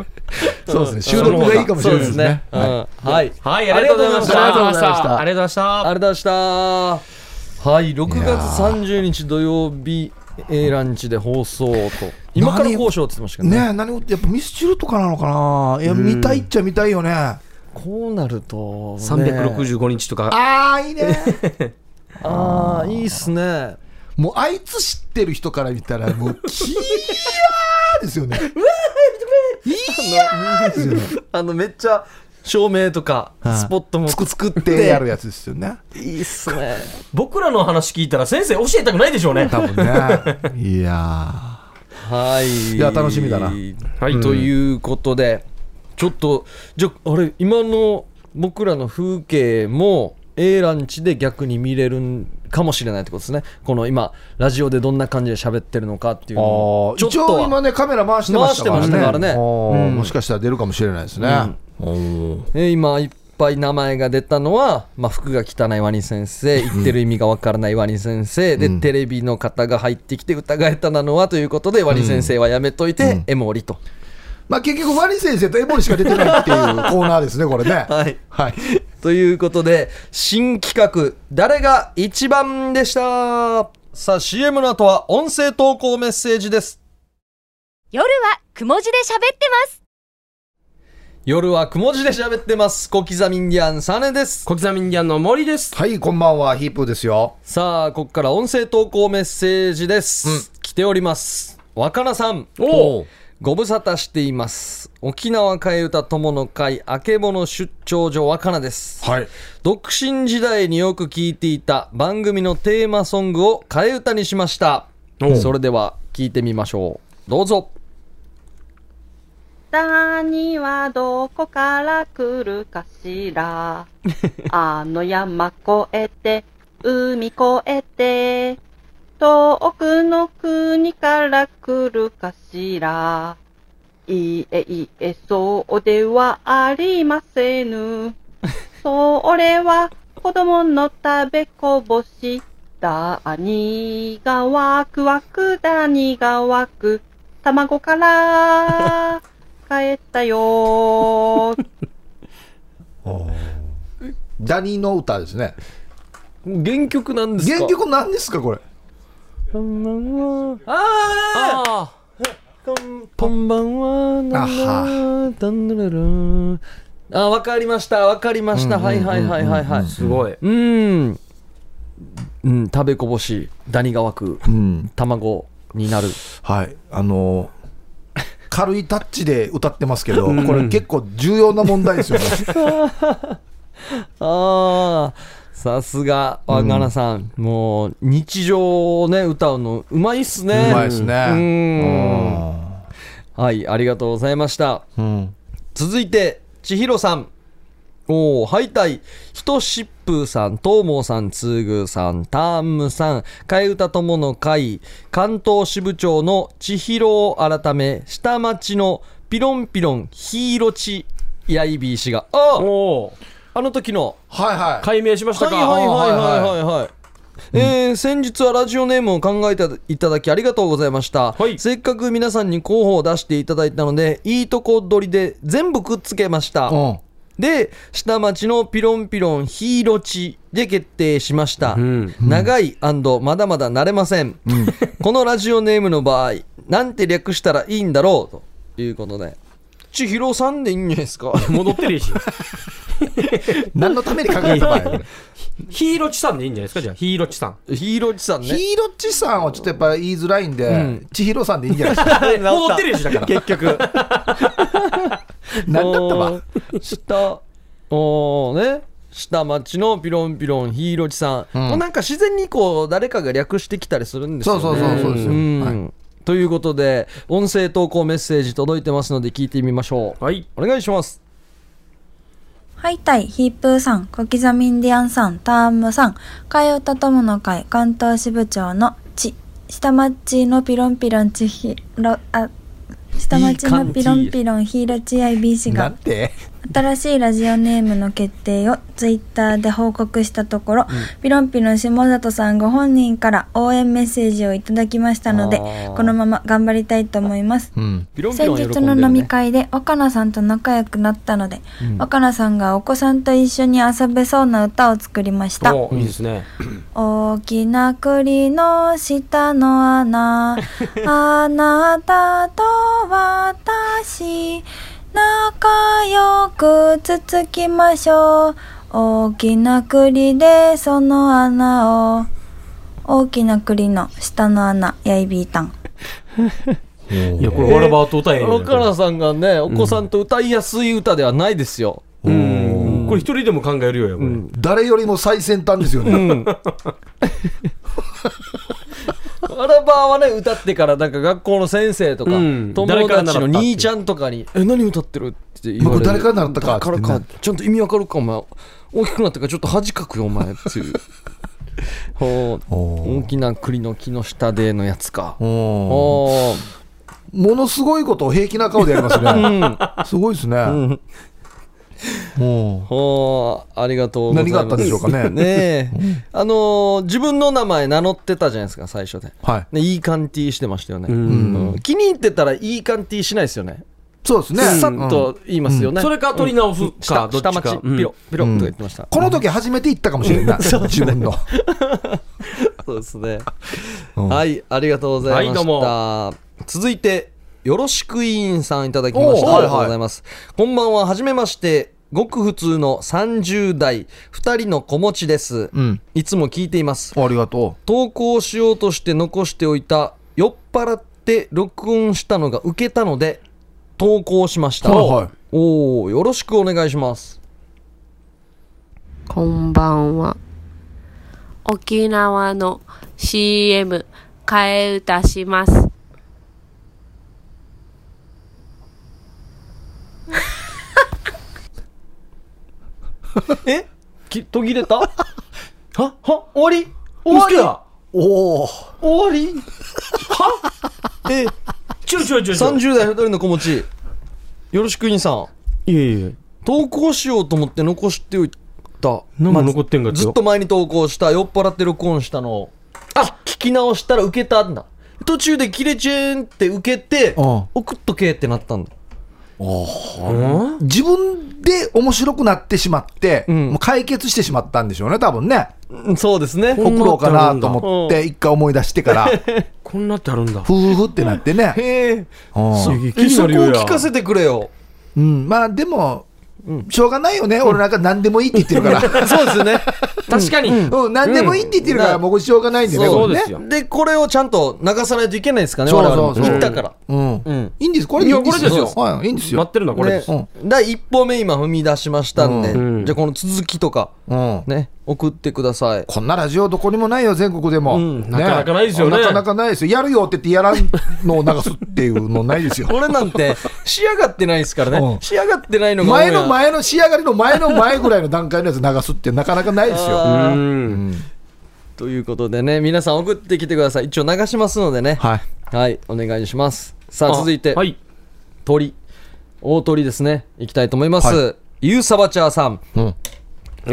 C: そうですね。収録がいいかもしれないですね。
A: そうですねうんはい、
B: はい、ありがとうございました。
C: ありがとうございました
B: ありがとうございました。
A: ありがとうございました。はい、6月30日土曜日、A ランチで放送と。今から交渉って言ってましたけど
C: ね
A: ね。
C: え何をやっぱミスチルとかなのかないや見たいっちゃ見たいよねあ
A: こうなると、ね。
B: 365日とか。
C: あーいいね
A: ああ、いいっすね。
C: もうあいつ知ってる人から見たらもうキヤーですよね いやーですよね
A: あの、めっちゃ、照明とか、
C: はい
A: スポットも
C: つく作ってやるやつですよね
A: いいっすね。
B: 僕らの話聞いたら先生教えたくないでしょうね。
C: 多分ねいや
A: はい。
C: いや楽しみだな
A: はい、ということで、ちょっと、じゃあ、あれ、今の僕らの風景も、A ランチで逆に見れるんかもしれないってことですね。この今、ラジオでどんな感じで喋ってるのかっていう
C: ー
A: のを
C: 一応今ねカメラ回してましたから
A: 回してましたから
C: ね
A: ね
C: お
A: う
C: ー
A: ん
C: もしかしたら出るかもしれないですねおー
A: えー今いっぱい名前が出たのは、まあ、服が汚いワニ先生言ってる意味がわからないワニ先生、でテレビの方が入ってきて疑えたなのはということで、ワニ先生はやめといて、エモリと。
C: まあ結局ワニ先生とエボリしか出てないっていうコーナーですねこ れね
A: はい
C: はい
A: ということで新企画「誰が一番」でしたさあ CM の後は音声投稿メッセージです
D: 夜はくも字で喋ってます。
A: 夜はくも字で喋ってます小刻みインディアンサネです
B: 小刻みインディアンの森です。
C: はいこんばんはヒープーですよ
A: さあここから音声投稿メッセージです、来ております若菜さん
B: おお。
A: ご無沙汰しています沖縄替え歌友の会あけぼの出張所若菜です
C: はい
A: 独身時代によく聞いていた番組のテーマソングを替え歌にしました
B: お
A: それでは聞いてみましょうどうぞ
F: 谷はどこから来るかしらあの山越えて、海越えて、遠くの国から来るかしらいいえいいえ、そうではありませぬ。それは子供の食べこぼし。谷がわくわく、谷がわく、卵から帰ったよー。
C: ダニーの歌ですね。
A: 原曲なんですか
C: 原曲なんですか、これ。
A: こんばんはあ
B: あ
A: あこんばんは
C: あは
A: ダンダラランあ、わかりました、わかりました。はいはいはいはいはい。
B: すごい。
A: うん。うん、食べこぼし、ダニが湧く、
C: うん、
A: 卵になる。
C: はい、あのー軽いタッチで歌ってますけど、これ結構重要な問題ですよね。
A: ああ、さすが、わがなさん。もう、日常をね、歌うの、うまいっすね。
C: うまいっすね
A: うん。はい、ありがとうございました。
C: うん、
A: 続いて、千尋さん。おお、敗退。ひとしっぷーさん、とうもうさん、つぐさん、たーむさん、替え歌友の会、関東支部長の千尋を改め、下町のピロンピロンヒーロチ、やいびー氏が、ああ
B: おお
A: あの時の、
C: はいはい。
B: 解明しましたか。
A: はいはいはいはい
C: は
A: はいはい。えー先日はラジオネームを考えていただきありがとうございました、
B: はい
A: せっかく皆さんに候補を出していただいたのでいいとこ取りで全部くっつけました、
C: うん、
A: で下町のピロンピロンヒーロチで決定しました、
B: ん
A: 長いまだまだ慣れません、 このラジオネームの場合なんて略したらいいんだろうということで千尋さんでいいんじゃないですか
B: 戻ってるし。
C: 何のために考えた場合
B: ヒーロチさんでいいんじゃないですかじゃあ、 ヒーロチさん。
A: ヒーロチさん
C: ヒ
A: ね
C: ーロッチさんはちょっとやっぱ言いづらいんで、
A: ん
C: 千尋さんでいいんじゃないです か。
B: 戻ってるしだから。
A: 結局
C: 何だったば。
A: 下、おーね。下町のピロンピロンヒーロチさん。
C: うん
A: もうなんか自然にこう、誰かが略してきたりするんですよね。
C: そうそうそうそうですよ
A: ん
C: は
A: ということで、音声投稿メッセージ届いてますので聞いてみましょう。
B: はい。
A: お願いします。
G: ハイタイ、ヒープーさん、小刻みインディアンさん、タームさん、替え歌友の会、関東支部長のち、下町のピロンピロンちひろ、あ、下町のピロンピロンヒーロチアイビー氏
C: な
G: が
C: ん、て
G: 新しいラジオネームの決定をツイッターで報告したところ、ピロンピロン下里さんご本人から応援メッセージをいただきましたので
A: あー、
G: このまま頑張りたいと思います。
C: うん。
A: ピロンピ
G: 先
A: ロン喜んで
G: 日
A: る、ね、
G: の飲み会で若菜さんと仲良くなったので、若菜さんがお子さんと一緒に遊べそうな歌を作りました
B: おーいいですね。
G: 大きな栗の下の穴あなたと私仲良くつつきましょう大きな栗でその穴を大きな栗の下の穴やいびーたん
B: いや、これ、ワラバート歌え
A: 若菜さんがね、お子さんと歌いやすい歌ではないですよ。
B: うん。これ、一人でも考えるよや、これ。
C: 誰よりも最先端ですよね。
A: アラバーはね、歌ってから、なんか学校の先生とか、
B: うん
A: 友
B: 誰から
A: 達
B: 習
A: の
B: ったって
A: 兄ちゃんとかに、え、何歌ってるって言われ
C: 僕
A: る
C: 誰から習ったかって
A: 誰
C: ね
A: からか、ちゃんと意味わかるか、お前。大きくなったから、ちょっと恥かくよ、お前。っていう。ほう
C: お
A: 大きな栗の木の下でのやつか。
C: お
A: お
C: ものすごいことを平気な顔でやりますね。すごいですね。お
A: ほうありがとうございます。
C: 何があったんでしょうかね
A: ねえ。あのー自分の名前名乗ってたじゃないですか、最初で。
C: はい。
A: ね、いいカンティしてましたよね。
B: ん
A: うん気に入ってたら、いいカンティしないですよね。
C: そうですね。
A: さっと言いますよね。
B: それか、取り直すか、
A: 下
B: どっ
A: 下
B: ち
A: 町
B: か。
A: ピロピロ
C: うん
A: とか言ってました、
C: この時初めて行ったかもしれない。自分の。
A: そうですね、
C: うん
A: はいありがとうございました、続いてよろしく委員さんいただきまし
C: お
A: た
C: ー
A: ありがとうございます、こんばんははじめましてごく普通の30代2人の子持ちです、
C: うん。
A: いつも聞いています
C: ありがと
A: 投稿しようとして残しておいた酔っ払って録音したのが受けたので投稿しました、
C: はいはい
A: おおよろしくお願いします
H: こんばんは。沖縄の CM 替え歌します。
A: えき途切れ たはは終わり
B: 終わ
A: 終
B: り
A: わ
B: や
C: う。おお。
A: り終わりはえ
B: ちょいちょいちょいちょい。
A: 30代2人の子持ちよろしく委員さん
B: いやいや
A: 投稿しようと思って残しておいた
B: なん
A: ま
B: か
A: あ
B: 残ってんか
A: ずっと前に投稿した酔っ払って録音したのをあ聞き直したら受けたんだ途中で切れチェーンって受けて
C: うん
A: 送っとけってなったんだ
C: 自分で面白くなってしまって、
A: ん
C: もう解決してしまったんでしょうね、多分ね。
A: うんそうですね
B: んな
C: 送ろう
B: こと
C: か
B: ある
C: なん
B: だ
C: と思って、一回思い出してから、
B: こんなってあるんだ。
C: ふふふってなってね。
A: へえ
C: うん
B: そ
A: えそこを聞か
B: て
A: せてくれよ
C: うん、まあでも、しょうがないよね、俺なんか何でもいいって言ってるから。
A: そうですね。
B: 確かに、
C: うん、何でもいいって言ってるから、
A: うん
C: もうしょうがないんでね、
B: そう
C: これね
B: ですよ
A: で、これをちゃんと流さないといけないですかね、
C: そう
A: 我
C: そうそう
A: 々も。言ったから。
C: うん。
A: うん。
C: いいんです、これでいいんです
B: いやこれですよ
C: はい、いいんです
B: 待
C: よ
B: っ。てるのはこれです、
A: ね第一歩目今踏み出しましたんで、
B: うん
A: じゃあこの続きとか、
C: うん。
A: ね、送ってくださ い。
C: こんなラジオどこにもないよ、全国でも。
A: うん
C: ね
B: なかなかないですよね
C: なかなかないですよ。やるよって言ってやらんのを流すっていうのな いですよ。
A: これなんて、仕上がってないですから
C: う
A: ね
C: ん。
A: 仕上がってないのが多い
C: 前
A: な
C: の前の仕上がりの前の前ぐらいの段階のやつ流すってなかなかないですよ。
A: あー
B: うん
A: ということでね、皆さん送ってきてください。一応流しますのでね。
C: はい。
A: はい、お願いします。さあ、続いて、
B: はい
A: 鳥。大鳥ですね。いきたいと思います。ゆうさばちゃーさん。
C: うん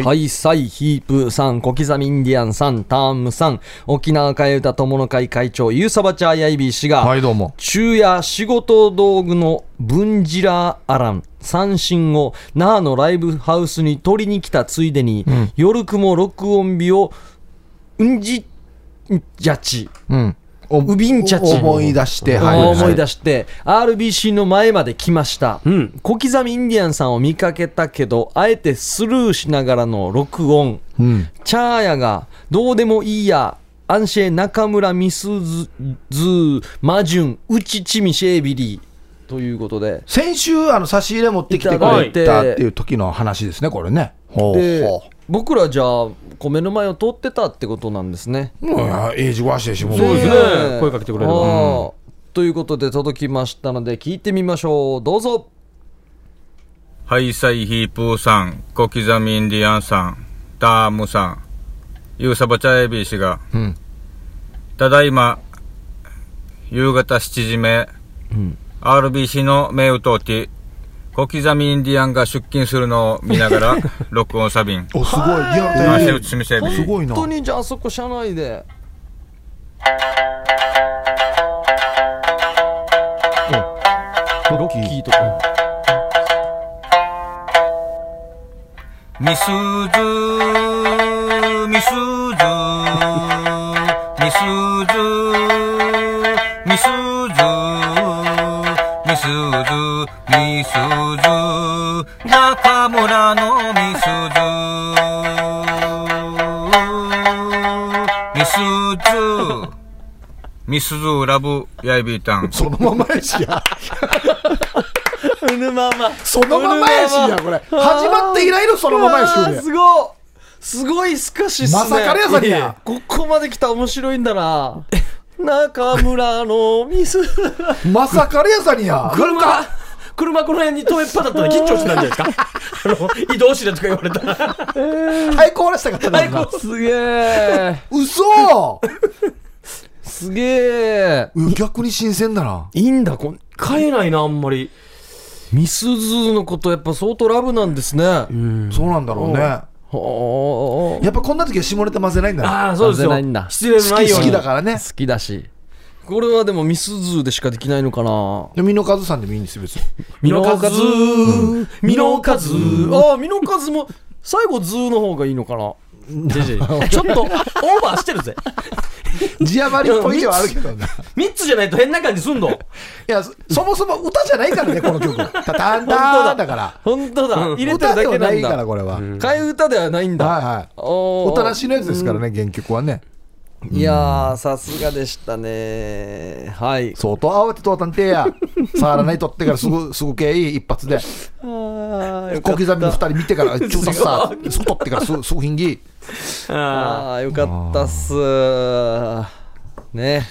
A: ハイサイヒープさん、小刻みインディアンさん、タームさん、沖縄替え歌友の会会長、ゆうさばちゃーやいびー氏が、
C: はい、どうも。
A: 昼夜仕事道具のブンジラーアラン三振を那覇のライブハウスに取りに来たついでに、夜雲録音日をうんじんじゃち
C: うん。お
A: ウビンチャチ
C: 思い出して、
A: を思い出して、RBC の前まで来ました、
B: ん
A: 小刻みインディアンさんを見かけたけどあえてスルーしながらの録音
C: うん。
A: チャーヤが、どうでもいいや、アンシェ中村ミスズズマジュン、ウチチミシェービリー。ということで。
C: 先週、あの、差し入れ持ってきて
A: い
C: く
A: ただ
C: れ
A: いて
C: たっていう時の話ですね、これね。ほう
A: で
C: ほ
A: 僕らじゃあ、米の前を通ってたってことなんですね。
C: う。もう、ええ事故してしも
B: そうですね
A: え
B: 声かけてくれれば
A: あーということで届きましたので、聞いてみましょう。どうぞ。
I: ハイサイヒープーさん、小刻みインディアンさん、タームさん、ユーサバチャエビー氏が、
C: ん
I: ただいま、夕方7時目、RBC の目を通って、小刻みインディアンが出勤するのを見ながら、録音サビン、
C: お、すごい。リアル
I: マシ
C: で
I: ェウチミシェビ
C: す
I: ー。
C: ごいな。
A: 本当にじゃあ、あそこ車内で。
C: ロッキーとか。
I: みすず、みすず、みすず、みすず、みすず、みすず、中村のみすず、みすず、みすずラブヤイビータン。
C: そのままやしや。
A: うぬまま。
C: そのままやしや、これ。始まって以来のそのままやし
A: うわ
C: こ
A: ー
C: れ
A: すごいすごいすかしっすね
C: まさかねやさにや
A: ここまで来たら面白いんだ な中村のミス
C: まさかレアさんにや。
B: 車車この辺に遠いっぱだったら緊張してたんじゃないですかあの移動しろとか言われたら
C: 最高らしたかったな。今
A: すげえ
C: 嘘
A: すげえ
C: うん逆に新鮮だな。
A: いいんだこん
B: 買えないなあんまり
A: ミスズのことやっぱ相当ラブなんですね
C: そうなんだろうね。
A: ほー
C: やっぱこんな時は下ネタ混ぜないんだな。
B: ああそうです
A: 混ぜないんだ
B: よ失礼の
C: 好
B: ない
C: き
B: よう
C: 好き
B: に
C: だからね。
A: 好きだしこれはでもミスズでしかできないのかな
C: で、美濃和さんでもい いんですよ、別に。
A: ミノカズーミノカズ
B: う
A: ーああミノカズも最後ズーの方がいいのかな
B: ジェジェちょっとオーバーしてるぜ
C: 字余りっぽいではあるけどね。
B: 3つじゃないと変な感じすんの
C: いや、そそもそも歌じゃないからね、この曲。タタンタンだから。
A: 本当だ入れて
C: 歌
A: るだ
C: で
A: け
C: は
A: な
C: なんいから、
A: だ
C: これは。はい
A: 替え歌ではないんだ
C: はい。お
A: お
C: となし
A: い
C: いのやつですからね、原曲はね。
A: いやーさすがでしたねはい
C: 相当慌てとうたんてや。触らないとってからすぐ、すぐけい一発で。
A: あ
C: 小刻みの二人見てから、ちょっとさ、すぐ取ってからすぐ、すぐひんぎ。
A: あーよかったっすね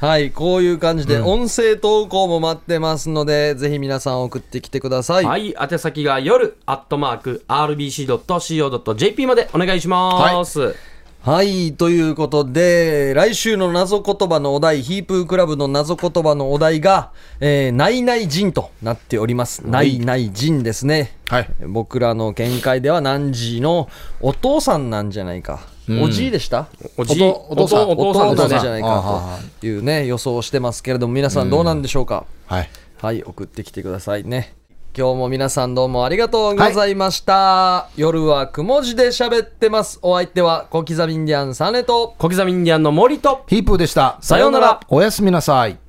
A: はいこういう感じで音声投稿も待ってますので、ぜひ皆さん送ってきてください、
B: はい、宛先が夜アットマーク RBC.CO.JP までお願いします、
A: はい、ということで、来週の謎言葉のお題、ヒープークラブの謎言葉のお題が、えー、ないない人となっております。ないない人ですね。
C: はい。
A: 僕らの見解では何時のお父さんなんじゃないか。おじいでした
B: おじい
C: お父さん
B: お
A: お
B: 父さん
A: 父
B: お父
A: さんじ
B: さん
A: ゃない
C: あは
A: かというね、予想をしてますけれども、皆さんどうなんでしょうか。
C: はい。
A: はい、送ってきてくださいね。今日も皆さんどうもありがとうございました。夜はくも字で喋ってます。お相手は小刻みインディアンサネと、
B: 小刻みインディアンの森と
C: ヒープーでした。
B: さようなら
C: おやすみなさい。